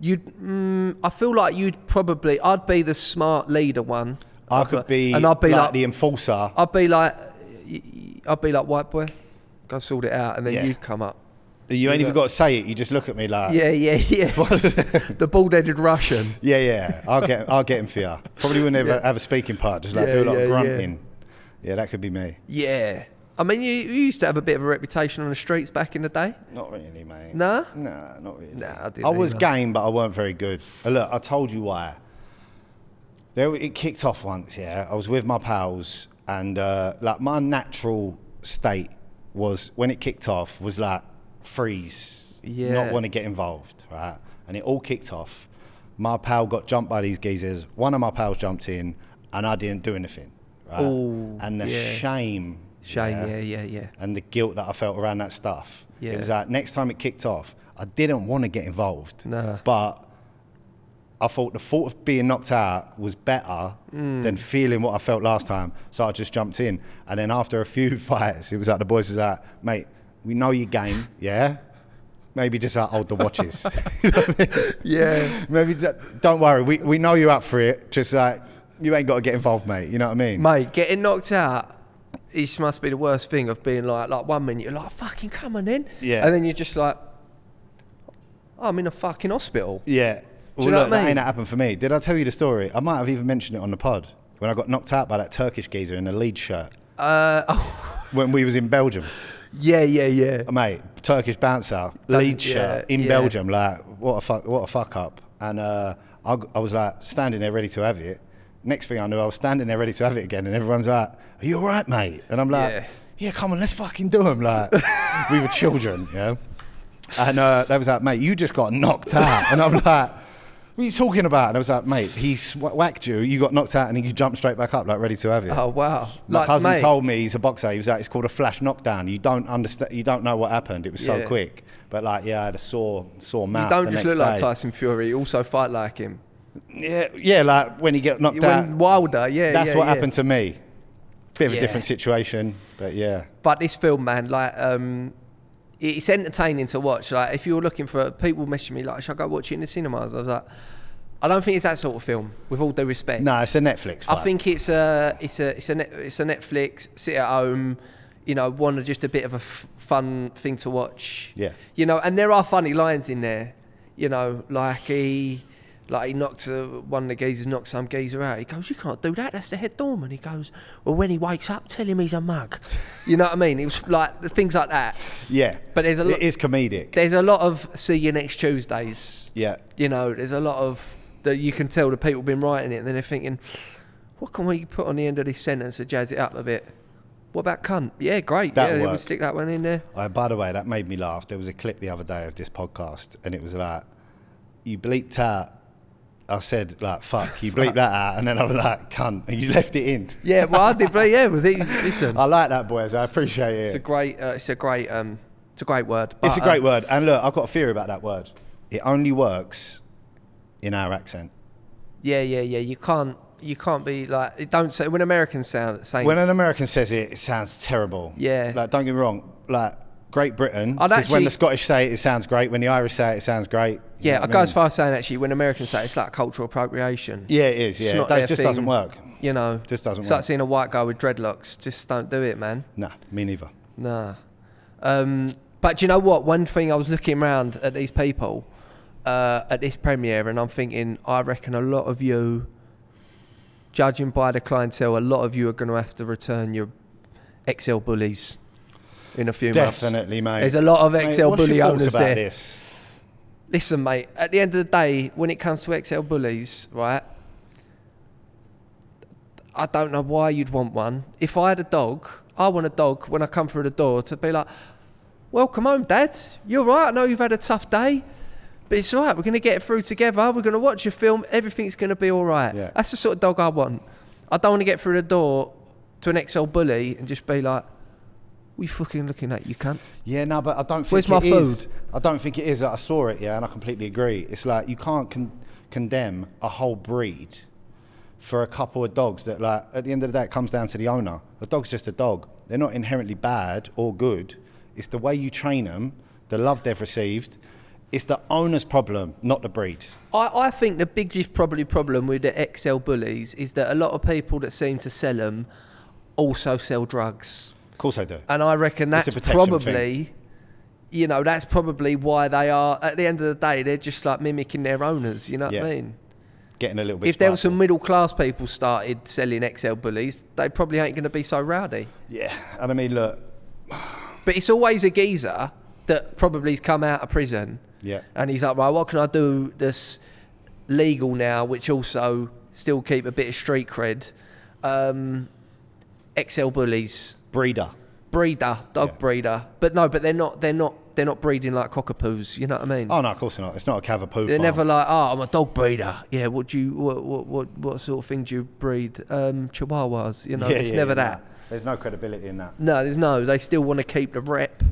[SPEAKER 6] you, mm, I feel like you'd probably I'd be the smart leader one.
[SPEAKER 7] I
[SPEAKER 6] I've
[SPEAKER 7] could
[SPEAKER 6] got-
[SPEAKER 7] be,
[SPEAKER 6] and I'd be
[SPEAKER 7] like,
[SPEAKER 6] like,
[SPEAKER 7] the enforcer.
[SPEAKER 6] I'd be like, y- y- I'd be like white boy, go sort it out, and then
[SPEAKER 7] Yeah.
[SPEAKER 6] you'd come up.
[SPEAKER 7] you ain't even got to say it. You just look at me like,
[SPEAKER 6] Yeah, yeah, yeah. the bald-headed Russian.
[SPEAKER 7] yeah, yeah. I'll get I'll get him for you. Probably wouldn't ever have a speaking part. Just like
[SPEAKER 6] Yeah,
[SPEAKER 7] do a lot
[SPEAKER 6] yeah,
[SPEAKER 7] of
[SPEAKER 6] yeah.
[SPEAKER 7] grunting. Yeah. that could be me.
[SPEAKER 6] Yeah. I mean, you, you used to have a bit of a reputation on the streets back in the day.
[SPEAKER 7] Not really, mate.
[SPEAKER 6] Nah?
[SPEAKER 7] Nah, not really.
[SPEAKER 6] Nah, I didn't
[SPEAKER 7] I was
[SPEAKER 6] either.
[SPEAKER 7] game, but I weren't very good. Uh, Look, I told you why. There, it kicked off once, yeah. I was with my pals, and uh, like my natural state was when it kicked off was like freeze,
[SPEAKER 6] Yeah.
[SPEAKER 7] not want to get involved, right? And it all kicked off. My pal got jumped by these geezers. One of my pals jumped in, and I didn't do anything, right?
[SPEAKER 6] Ooh,
[SPEAKER 7] and the
[SPEAKER 6] yeah.
[SPEAKER 7] shame,
[SPEAKER 6] Shame. Yeah, yeah, yeah.
[SPEAKER 7] and the guilt that I felt around that stuff.
[SPEAKER 6] Yeah.
[SPEAKER 7] It was like next time it kicked off, I didn't want to get involved.
[SPEAKER 6] Nah.
[SPEAKER 7] But I thought the thought of being knocked out was better
[SPEAKER 6] Mm.
[SPEAKER 7] than feeling what I felt last time. So I just jumped in. And then after a few fights, it was like the boys was like, mate, we know your game, yeah? Maybe just like hold the watches.
[SPEAKER 6] Yeah.
[SPEAKER 7] Maybe d- don't worry, we, we know you're up for it. Just like you ain't got to get involved, mate. You know what I mean?
[SPEAKER 6] Mate, getting knocked out is must be the worst thing of being like like one minute you're like fucking come on in.
[SPEAKER 7] Yeah.
[SPEAKER 6] And then you're just like "Oh, I'm in a fucking hospital.
[SPEAKER 7] Yeah. Well,
[SPEAKER 6] you know
[SPEAKER 7] look,
[SPEAKER 6] what I
[SPEAKER 7] that
[SPEAKER 6] mean?
[SPEAKER 7] ain't happened for me. Did I tell you the story? I might have even mentioned it on the pod when I got knocked out by that Turkish geezer in a lead shirt
[SPEAKER 6] Uh oh,
[SPEAKER 7] when we was in Belgium.
[SPEAKER 6] yeah, yeah, yeah.
[SPEAKER 7] Mate, Turkish bouncer, lead
[SPEAKER 6] yeah,
[SPEAKER 7] shirt in
[SPEAKER 6] yeah.
[SPEAKER 7] Belgium. Like, what a fuck, what a fuck up. And uh, I, g- I was like standing there ready to have it. Next thing I knew, I was standing there ready to have it again, and everyone's like, "Are you all right, mate?" And I'm like,
[SPEAKER 6] Yeah.
[SPEAKER 7] "Yeah, come on, let's fucking do them." Like, we were children, yeah. And uh, they was like, mate, you just got knocked out. And I'm like, what are you talking about? And I was like, mate, he sw- whacked you, you got knocked out, and then you jumped straight back up, like ready to have it.
[SPEAKER 6] Oh wow.
[SPEAKER 7] My cousin
[SPEAKER 6] mate,
[SPEAKER 7] told me he's a boxer. He was like, it's called a flash knockdown. You don't understand. You don't know what happened. It was so
[SPEAKER 6] Yeah.
[SPEAKER 7] quick. But like, yeah, I had a sore, sore mouth.
[SPEAKER 6] You don't
[SPEAKER 7] Ah, the
[SPEAKER 6] just
[SPEAKER 7] next
[SPEAKER 6] look like
[SPEAKER 7] day.
[SPEAKER 6] Tyson Fury, you also fight like him.
[SPEAKER 7] Yeah, yeah, like when you get knocked out.
[SPEAKER 6] When Wilder, yeah.
[SPEAKER 7] that's
[SPEAKER 6] yeah,
[SPEAKER 7] what
[SPEAKER 6] yeah.
[SPEAKER 7] happened to me. Bit of
[SPEAKER 6] Yeah.
[SPEAKER 7] a different situation, but yeah.
[SPEAKER 6] But this film, man, like, um, it's entertaining to watch. Like, if you were looking for people messaging me, like, should I go watch it in the cinemas? I was like, I don't think it's that sort of film. With all due respect,
[SPEAKER 7] No, it's a Netflix.
[SPEAKER 6] I
[SPEAKER 7] fight.
[SPEAKER 6] think it's a it's a it's a net, it's a Netflix sit at home, you know, one of just a bit of a f- fun thing to watch.
[SPEAKER 7] Yeah.
[SPEAKER 6] You know, and there are funny lines in there. You know, like he,
[SPEAKER 8] Like he knocked uh, one of the geezers, knocked some geezer out. He goes, "You can't do that. That's the head doorman." He goes, "Well, when he wakes up, tell him he's a mug." You know what I mean? It was like the things like that.
[SPEAKER 7] Yeah.
[SPEAKER 8] But there's a lot-
[SPEAKER 7] It is comedic.
[SPEAKER 8] There's a lot of see you next Tuesdays.
[SPEAKER 7] Yeah.
[SPEAKER 8] You know, there's a lot of that you can tell the people been writing it, and then they're thinking, "What can we put on the end of this sentence to jazz it up a bit?" What about cunt? Yeah, great.
[SPEAKER 7] That'll
[SPEAKER 8] yeah, we
[SPEAKER 7] work.
[SPEAKER 8] stick that one in there.
[SPEAKER 7] Uh, by the way, that made me laugh. There was a clip the other day of this podcast, and it was like, "You bleeped out." I said like, "Fuck," you bleeped that out, and then I was like, "Cunt," and you left it in.
[SPEAKER 8] Yeah, well, I did. But yeah, with it, listen,
[SPEAKER 7] I like that, boys. I appreciate it.
[SPEAKER 8] it's a great, uh, it's a great, um, it's a great word.
[SPEAKER 7] It's a
[SPEAKER 8] but,
[SPEAKER 7] great
[SPEAKER 8] um,
[SPEAKER 7] word. And look, I've got a theory about that word. It only works in our accent.
[SPEAKER 8] Yeah, yeah, yeah. You can't, you can't be like, it don't say when Americans sound saying.
[SPEAKER 7] When an American says it, it sounds terrible.
[SPEAKER 8] Yeah.
[SPEAKER 7] Like, don't get me wrong. Like, Great Britain
[SPEAKER 8] I'd
[SPEAKER 7] is when
[SPEAKER 8] actually-
[SPEAKER 7] the Scottish say it, it sounds great. When the Irish say it, it sounds great. You
[SPEAKER 8] yeah,
[SPEAKER 7] know
[SPEAKER 8] I
[SPEAKER 7] what
[SPEAKER 8] go
[SPEAKER 7] mean?
[SPEAKER 8] as far as saying actually when Americans say it, it's like cultural appropriation.
[SPEAKER 7] Yeah, it is.
[SPEAKER 8] It's
[SPEAKER 7] Yeah,
[SPEAKER 8] not
[SPEAKER 7] it does-
[SPEAKER 8] their
[SPEAKER 7] just
[SPEAKER 8] thing.
[SPEAKER 7] doesn't work.
[SPEAKER 8] You know,
[SPEAKER 7] Just doesn't
[SPEAKER 8] It's like
[SPEAKER 7] work.
[SPEAKER 8] seeing a white guy with dreadlocks. Just don't do it, man.
[SPEAKER 7] Nah, me neither.
[SPEAKER 8] Nah. Um, but do you know what? One thing I was looking around at these people uh, at this premiere, and I'm thinking, I reckon a lot of you, judging by the clientele, a lot of you are going to have to return your XL bullies in a few months.
[SPEAKER 7] Definitely, mate.
[SPEAKER 8] There's a lot of
[SPEAKER 7] Mate,
[SPEAKER 8] XL
[SPEAKER 7] what's your
[SPEAKER 8] bully
[SPEAKER 7] thoughts
[SPEAKER 8] owners
[SPEAKER 7] about
[SPEAKER 8] there.
[SPEAKER 7] This?
[SPEAKER 8] Listen, mate, at the end of the day, when it comes to XL bullies, right? I don't know why you'd want one. If I had a dog, I want a dog when I come through the door to be like, Welcome home, Dad. You're right. I know you've had a tough day, but it's all right. We're going to get it through together. We're going to watch a film. Everything's going to be all right.
[SPEAKER 7] Yeah.
[SPEAKER 8] That's the sort of dog I want. I don't want to get through the door to an XL bully and just be like, We fucking looking at you, cunt.
[SPEAKER 7] Yeah, no, but I don't think
[SPEAKER 8] Where's
[SPEAKER 7] it
[SPEAKER 8] my
[SPEAKER 7] is-
[SPEAKER 8] food?
[SPEAKER 7] I don't think it is. I saw it, yeah, and I completely agree. It's like you can't con- condemn a whole breed for a couple of dogs that, like, at the end of the day, it comes down to the owner. A dog's just a dog. They're not inherently bad or good. It's the way you train them, the love they've received. It's the owner's problem, not the breed.
[SPEAKER 8] I, I think the biggest probably problem with the XL bullies is that a lot of people that seem to sell them also sell drugs,
[SPEAKER 7] Of course, I do.
[SPEAKER 8] and I reckon
[SPEAKER 7] It's a
[SPEAKER 8] that's
[SPEAKER 7] protection
[SPEAKER 8] probably, you know, that's probably why they are. At the end of the day, they're just like mimicking their owners. You know what I
[SPEAKER 7] Yeah.
[SPEAKER 8] mean?
[SPEAKER 7] Getting a little bit.
[SPEAKER 8] if there were
[SPEAKER 7] spiteful.
[SPEAKER 8] some middle class people started selling XL bullies, they probably ain't going to be so rowdy.
[SPEAKER 7] yeah, and I mean, look,
[SPEAKER 8] But it's always a geezer that probably's come out of prison.
[SPEAKER 7] Yeah.
[SPEAKER 8] And he's like, right, what can I do that's legal now, which also still keep a bit of street cred? Um, XL bullies,
[SPEAKER 7] breeder.
[SPEAKER 8] breeder, dog
[SPEAKER 7] Yeah.
[SPEAKER 8] breeder. But no, but they're not. They're not. They're not breeding like cockapoos. You know what I mean?
[SPEAKER 7] Oh no, of course not. It's not a cavapoo.
[SPEAKER 8] They're
[SPEAKER 7] farm.
[SPEAKER 8] never like, oh, I'm a dog breeder. Yeah, what do you, what, what, what, what sort of thing do you breed? Um, chihuahuas, you know,
[SPEAKER 7] Yeah,
[SPEAKER 8] it's
[SPEAKER 7] yeah,
[SPEAKER 8] never
[SPEAKER 7] yeah,
[SPEAKER 8] that.
[SPEAKER 7] nah. There's no credibility in that.
[SPEAKER 8] No, there's no. They still want to keep the rep,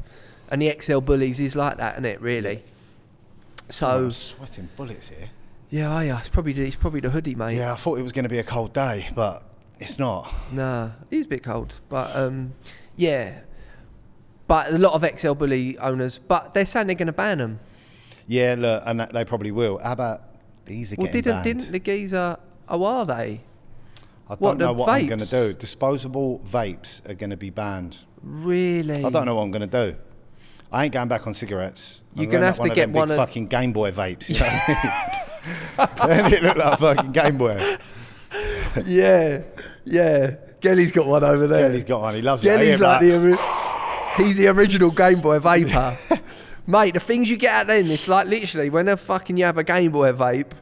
[SPEAKER 8] and the XL bullies is like that, isn't it? Really. So
[SPEAKER 7] I'm sweating bullets here.
[SPEAKER 8] yeah, oh, yeah. It's probably the, it's probably the hoodie, mate.
[SPEAKER 7] Yeah, I thought it was going to be a cold day, but it's not.
[SPEAKER 8] Nah, it's a bit cold, but um, yeah. But a lot of XL bully owners, but they're saying they're going to ban them.
[SPEAKER 7] Yeah, look, and that, they probably will. How about these are
[SPEAKER 8] Well,
[SPEAKER 7] getting
[SPEAKER 8] didn't
[SPEAKER 7] banned?
[SPEAKER 8] didn't the geezer? Oh, are they?
[SPEAKER 7] I don't
[SPEAKER 8] what, the
[SPEAKER 7] know what I'm going to
[SPEAKER 8] vapes?
[SPEAKER 7] do. Disposable vapes are going to be banned.
[SPEAKER 8] Really?
[SPEAKER 7] I don't know what I'm going to do. I ain't going back on cigarettes. I'm
[SPEAKER 8] You're gonna
[SPEAKER 7] up
[SPEAKER 8] have to get
[SPEAKER 7] them
[SPEAKER 8] one
[SPEAKER 7] big
[SPEAKER 8] of-
[SPEAKER 7] fucking Game Boy vapes. You know what I mean? they look like fucking Game Boy.
[SPEAKER 8] Yeah, yeah. Gelly's got one over there.
[SPEAKER 7] Kelly's got one. He loves it. I
[SPEAKER 8] Gelly's
[SPEAKER 7] hear
[SPEAKER 8] like
[SPEAKER 7] him
[SPEAKER 8] the ori- he's the original Game Boy vapor, mate. The things you get out then, it's like literally when a fucking you have a Game Boy vape.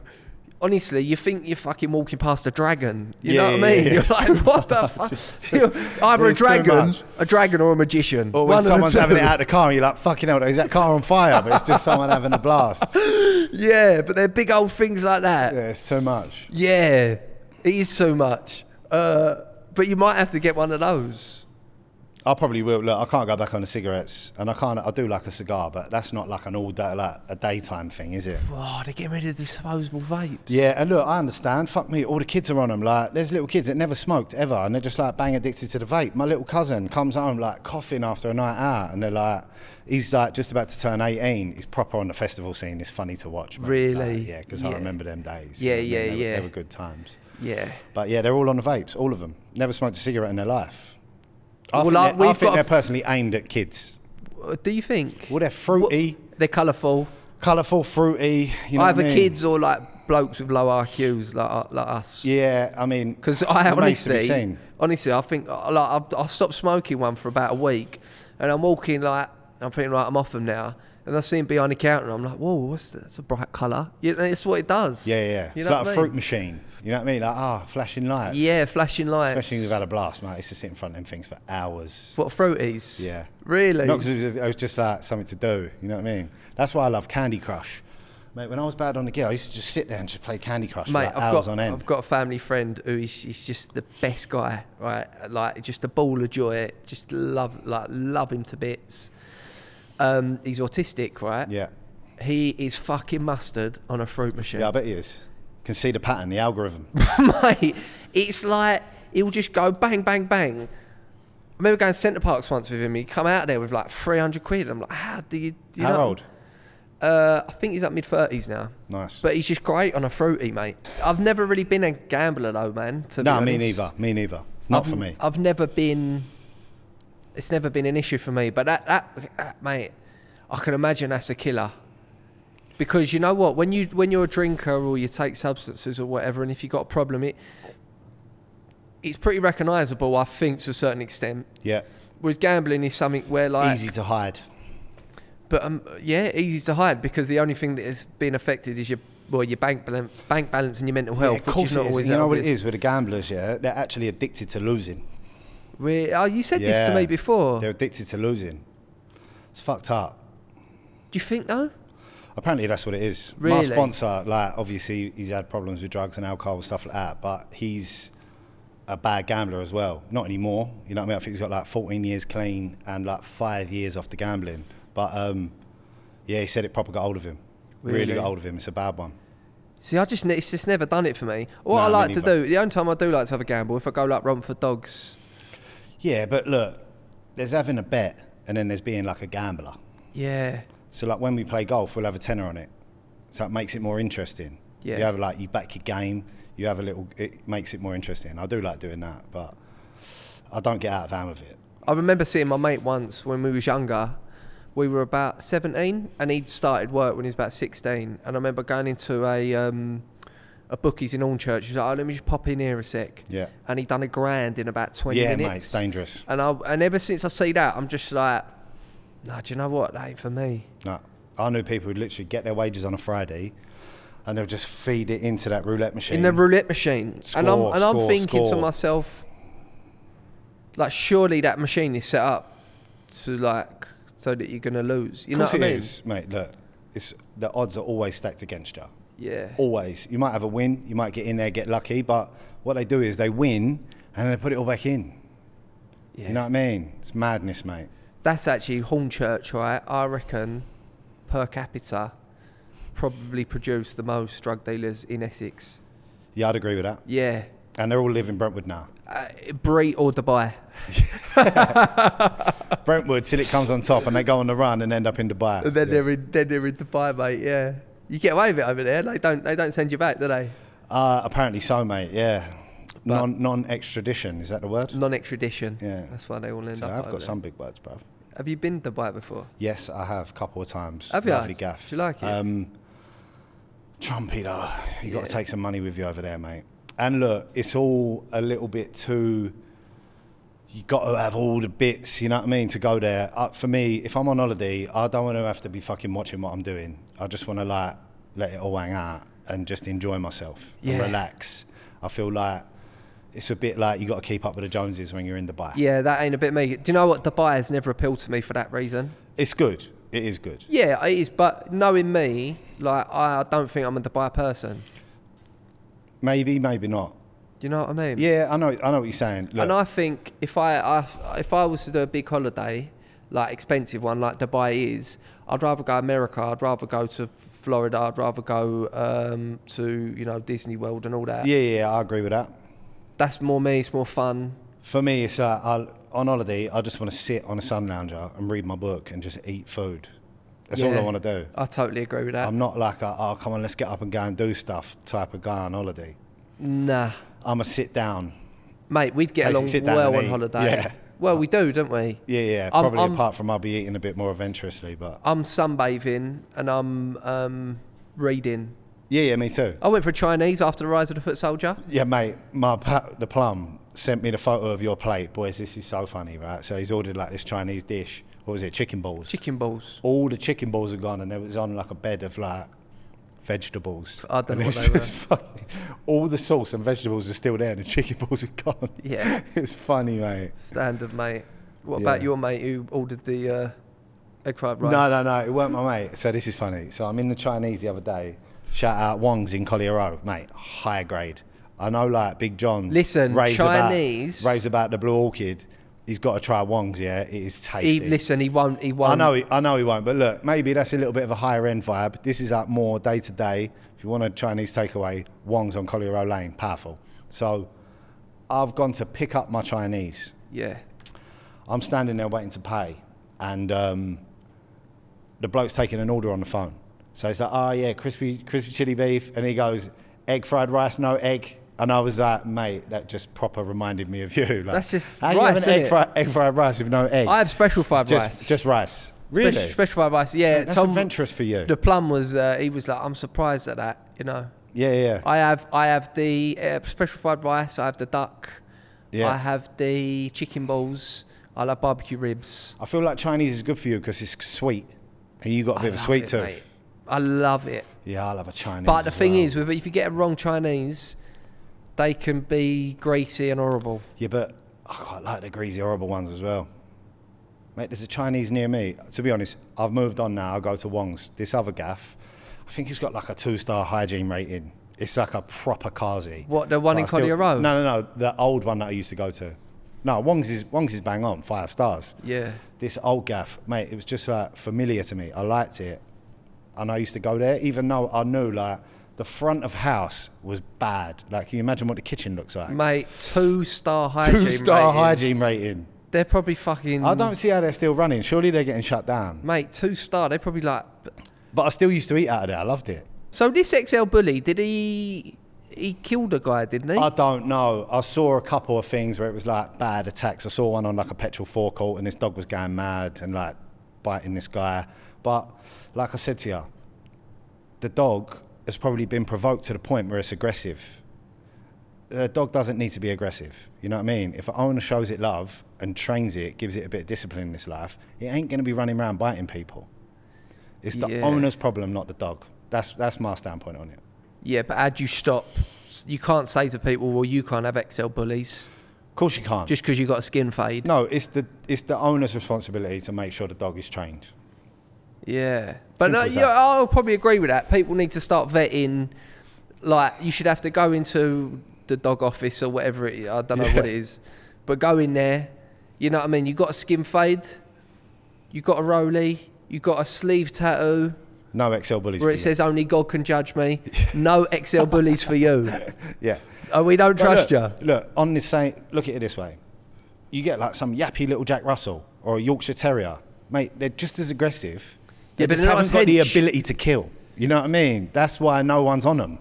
[SPEAKER 8] Honestly, you think you're fucking walking past a dragon. You know
[SPEAKER 7] Yeah,
[SPEAKER 8] what I
[SPEAKER 7] yeah,
[SPEAKER 8] mean?
[SPEAKER 7] yeah,
[SPEAKER 8] You're
[SPEAKER 7] it's
[SPEAKER 8] like,
[SPEAKER 7] too
[SPEAKER 8] what the
[SPEAKER 7] much.
[SPEAKER 8] fuck?
[SPEAKER 7] It's too-
[SPEAKER 8] You're either a
[SPEAKER 7] it's too
[SPEAKER 8] dragon,
[SPEAKER 7] much.
[SPEAKER 8] a dragon, or a magician.
[SPEAKER 7] Or
[SPEAKER 8] One
[SPEAKER 7] when
[SPEAKER 8] of the
[SPEAKER 7] someone's having it
[SPEAKER 8] two.
[SPEAKER 7] out of the car, and you're like, fucking hell, is that car on fire? But it's just someone having a blast.
[SPEAKER 8] Yeah, but they're big old things like that.
[SPEAKER 7] Yeah, it's too much.
[SPEAKER 8] Yeah, it is so much. Uh, but you might have to get one of those.
[SPEAKER 7] I probably will. Look, I can't go back on the cigarettes, and I can't. I do like a cigar, but that's not like an all day, like a daytime thing, is it?
[SPEAKER 8] Oh, they're getting rid of disposable vapes.
[SPEAKER 7] Yeah, and look, I understand. Fuck me, all the kids are on them. Like, there's little kids that never smoked ever, and they're just like bang addicted to the vape. My little cousin comes home like coughing after a night out, and they're like, he's like just about to turn 18. He's proper on the festival scene. It's funny to watch. man.
[SPEAKER 8] Really?
[SPEAKER 7] Like, yeah, because I
[SPEAKER 8] Yeah.
[SPEAKER 7] remember them days.
[SPEAKER 8] Yeah,
[SPEAKER 7] what I mean?
[SPEAKER 8] yeah,
[SPEAKER 7] They were-
[SPEAKER 8] yeah.
[SPEAKER 7] They were good times.
[SPEAKER 8] Yeah.
[SPEAKER 7] But yeah, they're all on the vapes, all of them. Never smoked a cigarette in their life. I
[SPEAKER 8] Well,
[SPEAKER 7] think,
[SPEAKER 8] like,
[SPEAKER 7] they're, I
[SPEAKER 8] we've
[SPEAKER 7] think
[SPEAKER 8] got a-
[SPEAKER 7] they're personally aimed at kids.
[SPEAKER 8] Uh, Do you think?
[SPEAKER 7] Well, they're fruity,
[SPEAKER 8] They're colourful.
[SPEAKER 7] colourful, fruity. You know
[SPEAKER 8] Either
[SPEAKER 7] what I mean?
[SPEAKER 8] kids or like blokes with low IQs like, like us.
[SPEAKER 7] Yeah, I mean,
[SPEAKER 8] Because I
[SPEAKER 7] it remains to be
[SPEAKER 8] honestly,
[SPEAKER 7] seen.
[SPEAKER 8] honestly, I think uh, like I, I stopped smoking one for about a week, and I'm walking like I'm thinking right, I'm off them now, and I see him behind the counter, and I'm like, whoa, what's that? It's a bright colour. Yeah, and it's what it does.
[SPEAKER 7] Yeah, yeah, yeah.
[SPEAKER 8] You
[SPEAKER 7] it's
[SPEAKER 8] know
[SPEAKER 7] like a
[SPEAKER 8] what I
[SPEAKER 7] fruit
[SPEAKER 8] mean?
[SPEAKER 7] machine. You know what I mean? Like ah, flashing lights.
[SPEAKER 8] Yeah, flashing lights.
[SPEAKER 7] especially with had a blast, mate. I used to sit in front of them things for hours.
[SPEAKER 8] What fruities?
[SPEAKER 7] Yeah.
[SPEAKER 8] Really?
[SPEAKER 7] Not because it, was just- it was just like something to do. You know what I mean? That's why I love Candy Crush. Mate, when I was bad on the gear, I used to just sit there and just play Candy Crush for
[SPEAKER 8] Mate,
[SPEAKER 7] like
[SPEAKER 8] I've
[SPEAKER 7] hours
[SPEAKER 8] got
[SPEAKER 7] on end.
[SPEAKER 8] I've got a family friend who is he's just the best guy, right? Like just a ball of joy. Just love like love him to bits. Um, he's autistic, right?
[SPEAKER 7] yeah.
[SPEAKER 8] He is fucking mustard on a fruit machine.
[SPEAKER 7] Yeah, I bet he is. Can see the pattern, the algorithm.
[SPEAKER 8] mate, it's like he'll just go bang, bang, bang. I remember going to Centre Parks once with him. He come out there with like three hundred quid. I'm like, how do you? do you
[SPEAKER 7] How
[SPEAKER 8] know?
[SPEAKER 7] old?
[SPEAKER 8] Uh, I think he's like mid thirties now.
[SPEAKER 7] Nice.
[SPEAKER 8] But he's just great on a fruity, mate. I've never really been a gambler though, man. To
[SPEAKER 7] no,
[SPEAKER 8] be
[SPEAKER 7] me
[SPEAKER 8] honest.
[SPEAKER 7] neither. Me neither. Not for me.
[SPEAKER 8] I've never been. It's never been an issue for me, but that, that, that mate, I can imagine that's a killer. Because you know what, when you when you're a drinker or you take substances or whatever, and if you have got a problem, it it's pretty recognisable, I think, to a certain extent.
[SPEAKER 7] yeah.
[SPEAKER 8] Whereas gambling is something where like,
[SPEAKER 7] Easy to hide.
[SPEAKER 8] but um, yeah, easy to hide because the only thing that is being affected is your well your bank balance, bank balance and your mental health,
[SPEAKER 7] yeah, of
[SPEAKER 8] which
[SPEAKER 7] course
[SPEAKER 8] is not
[SPEAKER 7] it is.
[SPEAKER 8] always
[SPEAKER 7] You
[SPEAKER 8] that
[SPEAKER 7] know what it
[SPEAKER 8] obvious.
[SPEAKER 7] is with the gamblers, yeah? They're actually addicted to losing.
[SPEAKER 8] Re- oh, you said this to
[SPEAKER 7] Yeah.
[SPEAKER 8] me before.
[SPEAKER 7] They're
[SPEAKER 8] Do
[SPEAKER 7] addicted to losing. It's fucked up.
[SPEAKER 8] you think though?
[SPEAKER 7] Apparently, that's what it is. My
[SPEAKER 8] Really?
[SPEAKER 7] sponsor, like, obviously, he's had problems with drugs and alcohol and stuff like that, but he's a bad gambler as well. Not anymore. You know what I mean? I think he's got like 14 years clean and like five years off the gambling. But um, yeah, he said it proper got hold of him. Really?
[SPEAKER 8] Really?
[SPEAKER 7] got hold of him. It's a bad one.
[SPEAKER 8] See, I just ne- it's just never done it for me. What
[SPEAKER 7] No,
[SPEAKER 8] I
[SPEAKER 7] me
[SPEAKER 8] like to
[SPEAKER 7] neither.
[SPEAKER 8] do, the only time I do like to have a gamble, if I go like run for dogs.
[SPEAKER 7] Yeah, but look, there's having a bet and then there's being like a gambler.
[SPEAKER 8] Yeah,
[SPEAKER 7] So like when we play golf, we'll have a tenner on it. So it makes it more interesting.
[SPEAKER 8] Yeah.
[SPEAKER 7] You have like you back your game. You have a little. It makes it more interesting. I do like doing that, but I don't get out of hand with it.
[SPEAKER 8] I remember seeing my mate once when we was younger. We were about seventeen, and he'd started work when he was about sixteen. And I remember going into a um, a bookies in Hornchurch. He's like, "Oh, let me just pop in here a sec."
[SPEAKER 7] Yeah.
[SPEAKER 8] And he done a grand in about twenty
[SPEAKER 7] yeah,
[SPEAKER 8] minutes.
[SPEAKER 7] mate, it's dangerous.
[SPEAKER 8] And I and ever since I see that, I'm just like, "Nah, do you know what? That ain't for me."
[SPEAKER 7] No, I knew people would literally get their wages on a Friday, and they'll just feed it into that roulette machine.
[SPEAKER 8] in the roulette machine. and I'm
[SPEAKER 7] Score,
[SPEAKER 8] and I'm
[SPEAKER 7] score,
[SPEAKER 8] thinking to
[SPEAKER 7] score.
[SPEAKER 8] myself, like, surely that machine is set up to like so that you're gonna lose. You
[SPEAKER 7] of
[SPEAKER 8] know
[SPEAKER 7] course
[SPEAKER 8] what I
[SPEAKER 7] it
[SPEAKER 8] mean?
[SPEAKER 7] is, mate. Look, it's the odds are always stacked against you.
[SPEAKER 8] Yeah.
[SPEAKER 7] Always. You might have a win. You might get in there, get lucky. But what they do is they win and then they put it all back in.
[SPEAKER 8] yeah.
[SPEAKER 7] You know what I mean? It's madness, mate.
[SPEAKER 8] That's actually Hornchurch, right? I reckon per capita probably produced the most drug dealers in Essex.
[SPEAKER 7] Yeah, I'd agree with that.
[SPEAKER 8] Yeah.
[SPEAKER 7] And they're all living Brentwood now.
[SPEAKER 8] Uh, Brie or Dubai.
[SPEAKER 7] Brentwood till it comes on top and they go on the run and end up in Dubai.
[SPEAKER 8] And then they're in then they're in Dubai, mate, yeah. You get away with it over there. They don't they don't send you back, do they?
[SPEAKER 7] Uh, apparently so, mate. Yeah.
[SPEAKER 8] But-
[SPEAKER 7] non non extradition is that the word?
[SPEAKER 8] Non extradition.
[SPEAKER 7] Yeah.
[SPEAKER 8] That's why they all end
[SPEAKER 7] So
[SPEAKER 8] up.
[SPEAKER 7] I've
[SPEAKER 8] over
[SPEAKER 7] got
[SPEAKER 8] there.
[SPEAKER 7] some big words, bruv.
[SPEAKER 8] Have you been to Dubai before?
[SPEAKER 7] Yes, I have a couple of times.
[SPEAKER 8] Have ya?
[SPEAKER 7] Lovely gaff.
[SPEAKER 8] Do you like it?
[SPEAKER 7] Um, Trumpy though, you got
[SPEAKER 8] Yeah.
[SPEAKER 7] to take some money with you over there, mate. And look, it's all a little bit too. You got to have all the bits, you know what I mean, to go there. Uh, for me, if I'm on holiday, I don't want to have to be fucking watching what I'm doing. I just want to like let it all hang out and just enjoy myself and
[SPEAKER 8] Yeah.
[SPEAKER 7] relax. I feel like it's a bit like you got to keep up with the Joneses when you're in Dubai.
[SPEAKER 8] Yeah, that ain't a bit me. Do you know what? Dubai has never appealed to me for that reason.
[SPEAKER 7] It's good. It is good.
[SPEAKER 8] Yeah, it is. But knowing me, like I don't think I'm a Dubai person.
[SPEAKER 7] Maybe, maybe not.
[SPEAKER 8] Do you know what I mean?
[SPEAKER 7] Yeah, I know. I know what you're saying. Look,
[SPEAKER 8] And I think if I, I if I was to do a big holiday, like expensive one, like Dubai is, I'd rather go America. I'd rather go to Florida. I'd rather go um, to you know Disney World and all that.
[SPEAKER 7] yeah, yeah, I agree with that.
[SPEAKER 8] That's more me. It's more fun.
[SPEAKER 7] For me, it's like I'll, on holiday, I just want to sit on a sun lounger and read my book and just eat food. That's all I
[SPEAKER 8] Yeah.
[SPEAKER 7] want to do.
[SPEAKER 8] I totally agree with that.
[SPEAKER 7] I'm not like a, oh, come on, let's get up and go and do stuff type of guy on holiday.
[SPEAKER 8] nah,
[SPEAKER 7] I'm a sit down.
[SPEAKER 8] mate, we'd get
[SPEAKER 7] Basically
[SPEAKER 8] along
[SPEAKER 7] sit down
[SPEAKER 8] well
[SPEAKER 7] and
[SPEAKER 8] on
[SPEAKER 7] eat.
[SPEAKER 8] holiday.
[SPEAKER 7] Yeah.
[SPEAKER 8] Well, we do, don't we?
[SPEAKER 7] Yeah, yeah.
[SPEAKER 8] I'm-
[SPEAKER 7] Probably
[SPEAKER 8] I'm-
[SPEAKER 7] apart from I'll be eating a bit more adventurously, but
[SPEAKER 8] I'm sunbathing and I'm um, reading
[SPEAKER 7] Yeah, yeah, me too.
[SPEAKER 8] I went for a Chinese after the rise of the foot soldier.
[SPEAKER 7] Yeah, mate, my pa- the plum sent me the photo of your plate. Boys, this is so funny, right? So he's ordered like this Chinese dish. What was it? Chicken balls.
[SPEAKER 8] Chicken balls.
[SPEAKER 7] All the chicken balls are gone, and there was on like a bed of like vegetables.
[SPEAKER 8] I don't
[SPEAKER 7] And
[SPEAKER 8] know
[SPEAKER 7] it
[SPEAKER 8] what
[SPEAKER 7] was
[SPEAKER 8] they were.
[SPEAKER 7] just fucking- all the sauce and vegetables are still there, and the chicken balls are gone.
[SPEAKER 8] Yeah.
[SPEAKER 7] it's funny, mate.
[SPEAKER 8] Standard, mate. What about
[SPEAKER 7] Yeah.
[SPEAKER 8] your mate who ordered the uh, egg fried rice?
[SPEAKER 7] No, no, no, it weren't my mate. So this is funny. So I'm in the Chinese the other day. Shout out Wong's in Collierow, mate. Higher grade. I know, like Big John.
[SPEAKER 8] Listen,
[SPEAKER 7] raves
[SPEAKER 8] Chinese-
[SPEAKER 7] About, raves about the Blue Orchid. He's got to try Wong's. Yeah, it is
[SPEAKER 8] He,
[SPEAKER 7] tasty.
[SPEAKER 8] listen, he won't. He won't.
[SPEAKER 7] I know, he, I know he won't. But look, maybe that's a little bit of a higher end vibe. This is like more day to day. If you want a Chinese takeaway, Wong's on Collierow Lane, powerful. So, I've gone to pick up my Chinese.
[SPEAKER 8] Yeah.
[SPEAKER 7] I'm standing there waiting to pay, and um, the bloke's taking an order on the phone. So he's like, "Oh yeah, crispy, crispy chili beef," and he goes, "Egg fried rice, no egg." And I was like, "Mate, that just proper reminded me of you." Like,
[SPEAKER 8] That's just
[SPEAKER 7] how you have
[SPEAKER 8] rice,
[SPEAKER 7] an egg
[SPEAKER 8] innit?
[SPEAKER 7] fried, egg fried rice with no egg.
[SPEAKER 8] I have special fried
[SPEAKER 7] It's just,
[SPEAKER 8] rice.
[SPEAKER 7] Just rice. Really?
[SPEAKER 8] Spec- Special, fried rice. Yeah.
[SPEAKER 7] That's
[SPEAKER 8] Tom,
[SPEAKER 7] adventurous for you.
[SPEAKER 8] the plum was. Uh, he was like, I'm surprised at that. You know.
[SPEAKER 7] yeah, yeah.
[SPEAKER 8] I have. I have the uh, special fried rice. I have the duck.
[SPEAKER 7] Yeah.
[SPEAKER 8] I have the chicken balls. I love barbecue ribs.
[SPEAKER 7] I feel like Chinese is good for you because it's sweet, and you got a bit
[SPEAKER 8] I
[SPEAKER 7] of a
[SPEAKER 8] love
[SPEAKER 7] sweet
[SPEAKER 8] it,
[SPEAKER 7] tooth.
[SPEAKER 8] mate. I love it.
[SPEAKER 7] Yeah, I love a Chinese.
[SPEAKER 8] But the
[SPEAKER 7] as
[SPEAKER 8] thing
[SPEAKER 7] well.
[SPEAKER 8] is, with if you get a wrong Chinese, they can be greasy and horrible.
[SPEAKER 7] Yeah, but I quite like the greasy, horrible ones as well. Mate, there's a Chinese near me. To be honest, I've moved on now. I go to Wong's. This other gaff, I think he's got like a two-star hygiene rating. It's like a proper Kazi.
[SPEAKER 8] What, the one
[SPEAKER 7] But
[SPEAKER 8] in
[SPEAKER 7] I still-
[SPEAKER 8] Collier Road?
[SPEAKER 7] No, no, no. The old one that I used to go to. No, Wong's is Wong's is bang on, five stars.
[SPEAKER 8] Yeah.
[SPEAKER 7] This old gaff, mate, it was just like familiar to me. I liked it, and I used to go there, even though I knew like the front of house was bad. Like, can you imagine what the kitchen looks like?
[SPEAKER 8] Mate, two star hygiene.
[SPEAKER 7] Two star
[SPEAKER 8] rating.
[SPEAKER 7] hygiene rating.
[SPEAKER 8] They're probably fucking.
[SPEAKER 7] I don't see how they're still running. Surely they're getting shut down.
[SPEAKER 8] Mate, two star. They're probably like.
[SPEAKER 7] But I still used to eat out of there. I loved it.
[SPEAKER 8] So this XL bully, did he? He killed a guy, didn't he?
[SPEAKER 7] I don't know. I saw a couple of things where it was like bad attacks. I saw one on like a petrol forecourt and this dog was going mad and like biting this guy. But like I said to you, the dog has probably been provoked to the point where it's aggressive. The dog doesn't need to be aggressive. You know what I mean? If an owner shows it love and trains it, gives it a bit of discipline in its life, it ain't going to be running around biting people. It's the
[SPEAKER 8] Yeah.
[SPEAKER 7] owner's problem, not the dog. That's, that's my standpoint on it.
[SPEAKER 8] yeah, but how do you stop? You can't say to people, "Well, you can't have XL bullies,"
[SPEAKER 7] Of course you can't.
[SPEAKER 8] just because you got a skin fade.
[SPEAKER 7] No, it's the it's the owner's responsibility to make sure the dog is trained.
[SPEAKER 8] Yeah, but
[SPEAKER 7] Simple
[SPEAKER 8] no,
[SPEAKER 7] as
[SPEAKER 8] yeah,
[SPEAKER 7] that.
[SPEAKER 8] I'll probably agree with that. People need to start vetting. Like you should have to go into the dog office or whatever it is. I don't know what it
[SPEAKER 7] Yeah.
[SPEAKER 8] is, but go in there. You know what I mean? You got a skin fade. You got a roly. You got a sleeve tattoo
[SPEAKER 7] No XL bullies.
[SPEAKER 8] where
[SPEAKER 7] for
[SPEAKER 8] it
[SPEAKER 7] you.
[SPEAKER 8] says only God can judge me. No XL bullies for you.
[SPEAKER 7] yeah.
[SPEAKER 8] Oh, we don't trust
[SPEAKER 7] But
[SPEAKER 8] you.
[SPEAKER 7] look, Look on this same. Look at it this way. You get like some yappy little Jack Russell or a Yorkshire Terrier, mate. They're just as aggressive. They
[SPEAKER 8] Yeah, but
[SPEAKER 7] just
[SPEAKER 8] they're not
[SPEAKER 7] haven't
[SPEAKER 8] as
[SPEAKER 7] got the
[SPEAKER 8] hench.
[SPEAKER 7] ability to kill. You know what I mean? That's why no one's on them.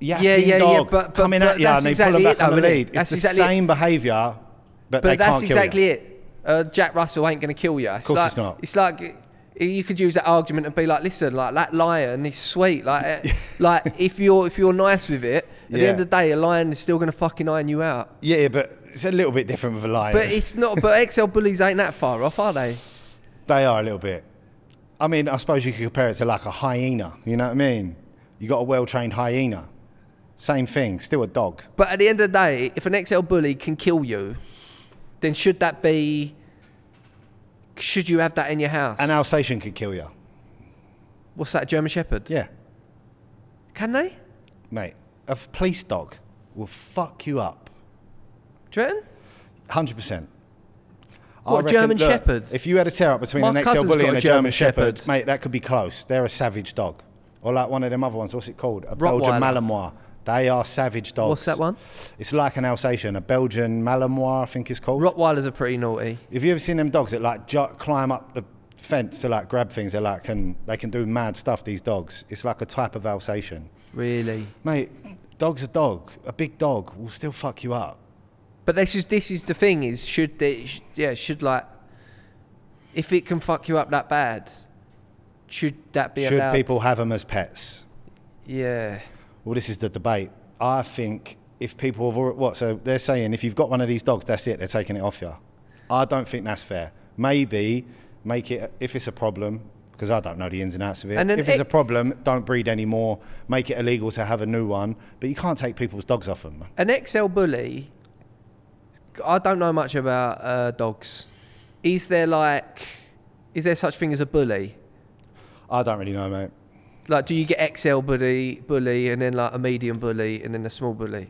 [SPEAKER 7] Yappy
[SPEAKER 8] yeah, yeah,
[SPEAKER 7] dog
[SPEAKER 8] but- but-
[SPEAKER 7] coming
[SPEAKER 8] but
[SPEAKER 7] at you
[SPEAKER 8] that's
[SPEAKER 7] and they
[SPEAKER 8] exactly
[SPEAKER 7] pull them
[SPEAKER 8] it
[SPEAKER 7] back on
[SPEAKER 8] though,
[SPEAKER 7] the
[SPEAKER 8] innit?
[SPEAKER 7] lead.
[SPEAKER 8] That's
[SPEAKER 7] it's the
[SPEAKER 8] exactly it.
[SPEAKER 7] same behaviour, but, they
[SPEAKER 8] But that's
[SPEAKER 7] can't kill you.
[SPEAKER 8] exactly it. Uh, Jack Russell ain't going to kill you. Of
[SPEAKER 7] course
[SPEAKER 8] like,
[SPEAKER 7] it's not.
[SPEAKER 8] It's like uh, you could use that argument and be like, listen, like that lion is sweet. Like, uh, like if you're if you're nice with it, at the
[SPEAKER 7] Yeah.
[SPEAKER 8] end of the day, a lion is still going to fucking iron you out.
[SPEAKER 7] Yeah, yeah, but it's a little bit different with a lion.
[SPEAKER 8] But it's not. But XL bullies ain't that far off, are they?
[SPEAKER 7] They are a little bit. I mean, I suppose you could compare it to like a hyena. You know what I mean? You got a well-trained hyena. Same thing, still a dog.
[SPEAKER 8] But at the end of the day, if an XL bully can kill you, then should that be? Should you have that in your house?
[SPEAKER 7] An Alsatian could kill you.
[SPEAKER 8] What's that German Shepherd?
[SPEAKER 7] Yeah,
[SPEAKER 8] Can they?
[SPEAKER 7] mate. A f- police dog will fuck you up.
[SPEAKER 8] Do you reckon?
[SPEAKER 7] Hundred percent.
[SPEAKER 8] What, German Shepherds?
[SPEAKER 7] If you had a tear up between
[SPEAKER 8] My
[SPEAKER 7] an XL
[SPEAKER 8] cousin's
[SPEAKER 7] bully
[SPEAKER 8] got
[SPEAKER 7] and
[SPEAKER 8] a
[SPEAKER 7] a German,
[SPEAKER 8] German
[SPEAKER 7] Shepherd,
[SPEAKER 8] Shepherd.
[SPEAKER 7] mate, that could be close. They're a savage dog, or like one of them other ones. What's it called? A Belgian
[SPEAKER 8] Rottweiler.
[SPEAKER 7] Malinois. They are savage dogs.
[SPEAKER 8] What's that one?
[SPEAKER 7] It's like an Alsatian, a Belgian Malinois, I think it's called.
[SPEAKER 8] Rottweilers are pretty naughty.
[SPEAKER 7] Have you ever seen them dogs that like ju- climb up the fence to like grab things? They like can they can do mad stuff. These dogs. It's like a type of Alsatian,
[SPEAKER 8] Really.
[SPEAKER 7] mate. Dog's a dog. A big dog will still fuck you up.
[SPEAKER 8] But this is this is the thing is should they sh- yeah should like if it can fuck you up that bad should that be
[SPEAKER 7] Should
[SPEAKER 8] allowed?
[SPEAKER 7] people have them as pets?
[SPEAKER 8] Yeah.
[SPEAKER 7] Well, this is the debate. I think if people have already, what, so they're saying if you've got one of these dogs, that's it, they're taking it off you. I don't think that's fair. Maybe make it, if it's a problem, because I don't know the ins and outs of it.
[SPEAKER 8] And then
[SPEAKER 7] if it's
[SPEAKER 8] it-
[SPEAKER 7] a problem, don't breed anymore. Make it illegal to have a new one. But you can't take people's dogs off them.
[SPEAKER 8] An XL bully. I don't know much about uh, dogs. Is there like, is there such thing as a bully?
[SPEAKER 7] I don't really know, mate.
[SPEAKER 8] Like, do you get XL bully, bully, and then like a medium bully, and then a small bully?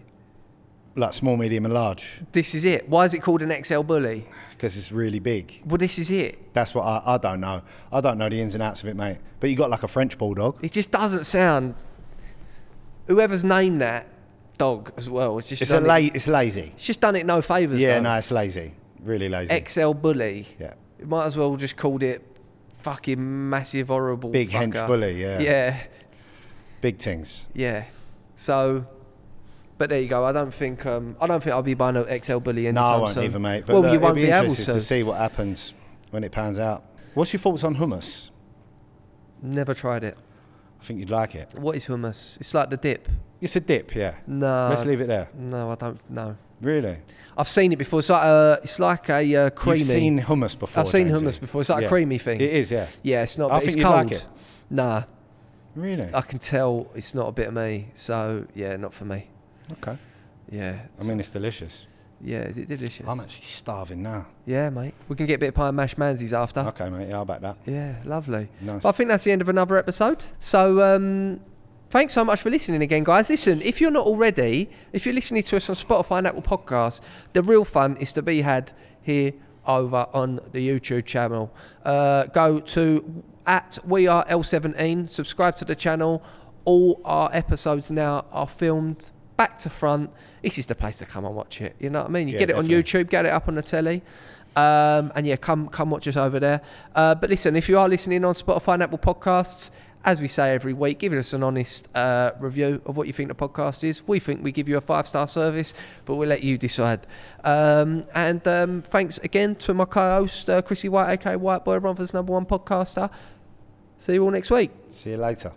[SPEAKER 7] Like small, medium, and large,
[SPEAKER 8] This is it. Why is it called an XL bully?
[SPEAKER 7] because it's really big.
[SPEAKER 8] Well, this is it.
[SPEAKER 7] That's what I, I don't know. I don't know the ins and outs of it, mate. But you got like a French bulldog.
[SPEAKER 8] It just doesn't sound. Whoever's named that dog as well, it's just
[SPEAKER 7] It's a
[SPEAKER 8] done
[SPEAKER 7] la-
[SPEAKER 8] it,
[SPEAKER 7] it's lazy.
[SPEAKER 8] It's just done it no favors.
[SPEAKER 7] Yeah,
[SPEAKER 8] though.
[SPEAKER 7] no, it's lazy. Really lazy.
[SPEAKER 8] XL bully.
[SPEAKER 7] Yeah.
[SPEAKER 8] It might as well just called it fucking massive horrible
[SPEAKER 7] Big hench
[SPEAKER 8] fucker.
[SPEAKER 7] bully, yeah.
[SPEAKER 8] Yeah,
[SPEAKER 7] Big things.
[SPEAKER 8] yeah. So, but there you go. I don't think um, I don't think I'll be buying an XL bully
[SPEAKER 7] No,
[SPEAKER 8] anytime
[SPEAKER 7] I won't
[SPEAKER 8] soon.
[SPEAKER 7] either, mate. But
[SPEAKER 8] well,
[SPEAKER 7] look,
[SPEAKER 8] you won't
[SPEAKER 7] it'd be,
[SPEAKER 8] be able
[SPEAKER 7] interested
[SPEAKER 8] to.
[SPEAKER 7] see what happens when it pans out. What's your thoughts on hummus?
[SPEAKER 8] Never tried it.
[SPEAKER 7] I think you'd like it.
[SPEAKER 8] What is hummus? It's like the dip.
[SPEAKER 7] It's a dip, yeah.
[SPEAKER 8] No.
[SPEAKER 7] Let's leave it there.
[SPEAKER 8] No, I don't. No,
[SPEAKER 7] Really?
[SPEAKER 8] I've seen it before. It's like a, it's like a uh, creamy.
[SPEAKER 7] You've seen hummus before.
[SPEAKER 8] I've seen
[SPEAKER 7] Jamesy.
[SPEAKER 8] hummus before. It's like
[SPEAKER 7] Yeah.
[SPEAKER 8] a creamy thing.
[SPEAKER 7] It is, yeah.
[SPEAKER 8] Yeah, it's not.
[SPEAKER 7] I
[SPEAKER 8] but it's
[SPEAKER 7] think you'd
[SPEAKER 8] cold.
[SPEAKER 7] like it.
[SPEAKER 8] Nah,
[SPEAKER 7] Really?
[SPEAKER 8] I can tell it's not a bit of me. So yeah, not for me.
[SPEAKER 7] Okay.
[SPEAKER 8] Yeah.
[SPEAKER 7] I mean, it's delicious.
[SPEAKER 8] Yeah, is it delicious?
[SPEAKER 7] Um, I'm actually starving now.
[SPEAKER 8] Yeah, mate. We can get a bit of pie and mashed mansies after.
[SPEAKER 7] Okay, mate. Yeah, I'll back that.
[SPEAKER 8] Yeah, lovely.
[SPEAKER 7] Nice.
[SPEAKER 8] But I think that's the end of another episode. So, um, thanks so much for listening again, guys. Listen, if you're not already, if you're listening to us on Spotify and Apple Podcasts, the real fun is to be had here over on the YouTube channel. Uh, go to at we are L17, subscribe to the channel. All our episodes now are filmed back to front. This is the place to come and watch it. You know what I mean? You
[SPEAKER 7] Yeah,
[SPEAKER 8] get it on
[SPEAKER 7] definitely.
[SPEAKER 8] YouTube. YouTube, get it up on the telly. Um, and yeah, come come watch us over there. Uh, but listen, if you are listening on Spotify and Apple Podcasts, as we say every week, give us an honest uh, review of what you think the podcast is. We think we give you a five star service, but we'll let you decide. Um, and um, thanks again to my co host, uh, Chrissy White, aka White Boy, Romford's number one podcaster. See you all next week.
[SPEAKER 7] See you later.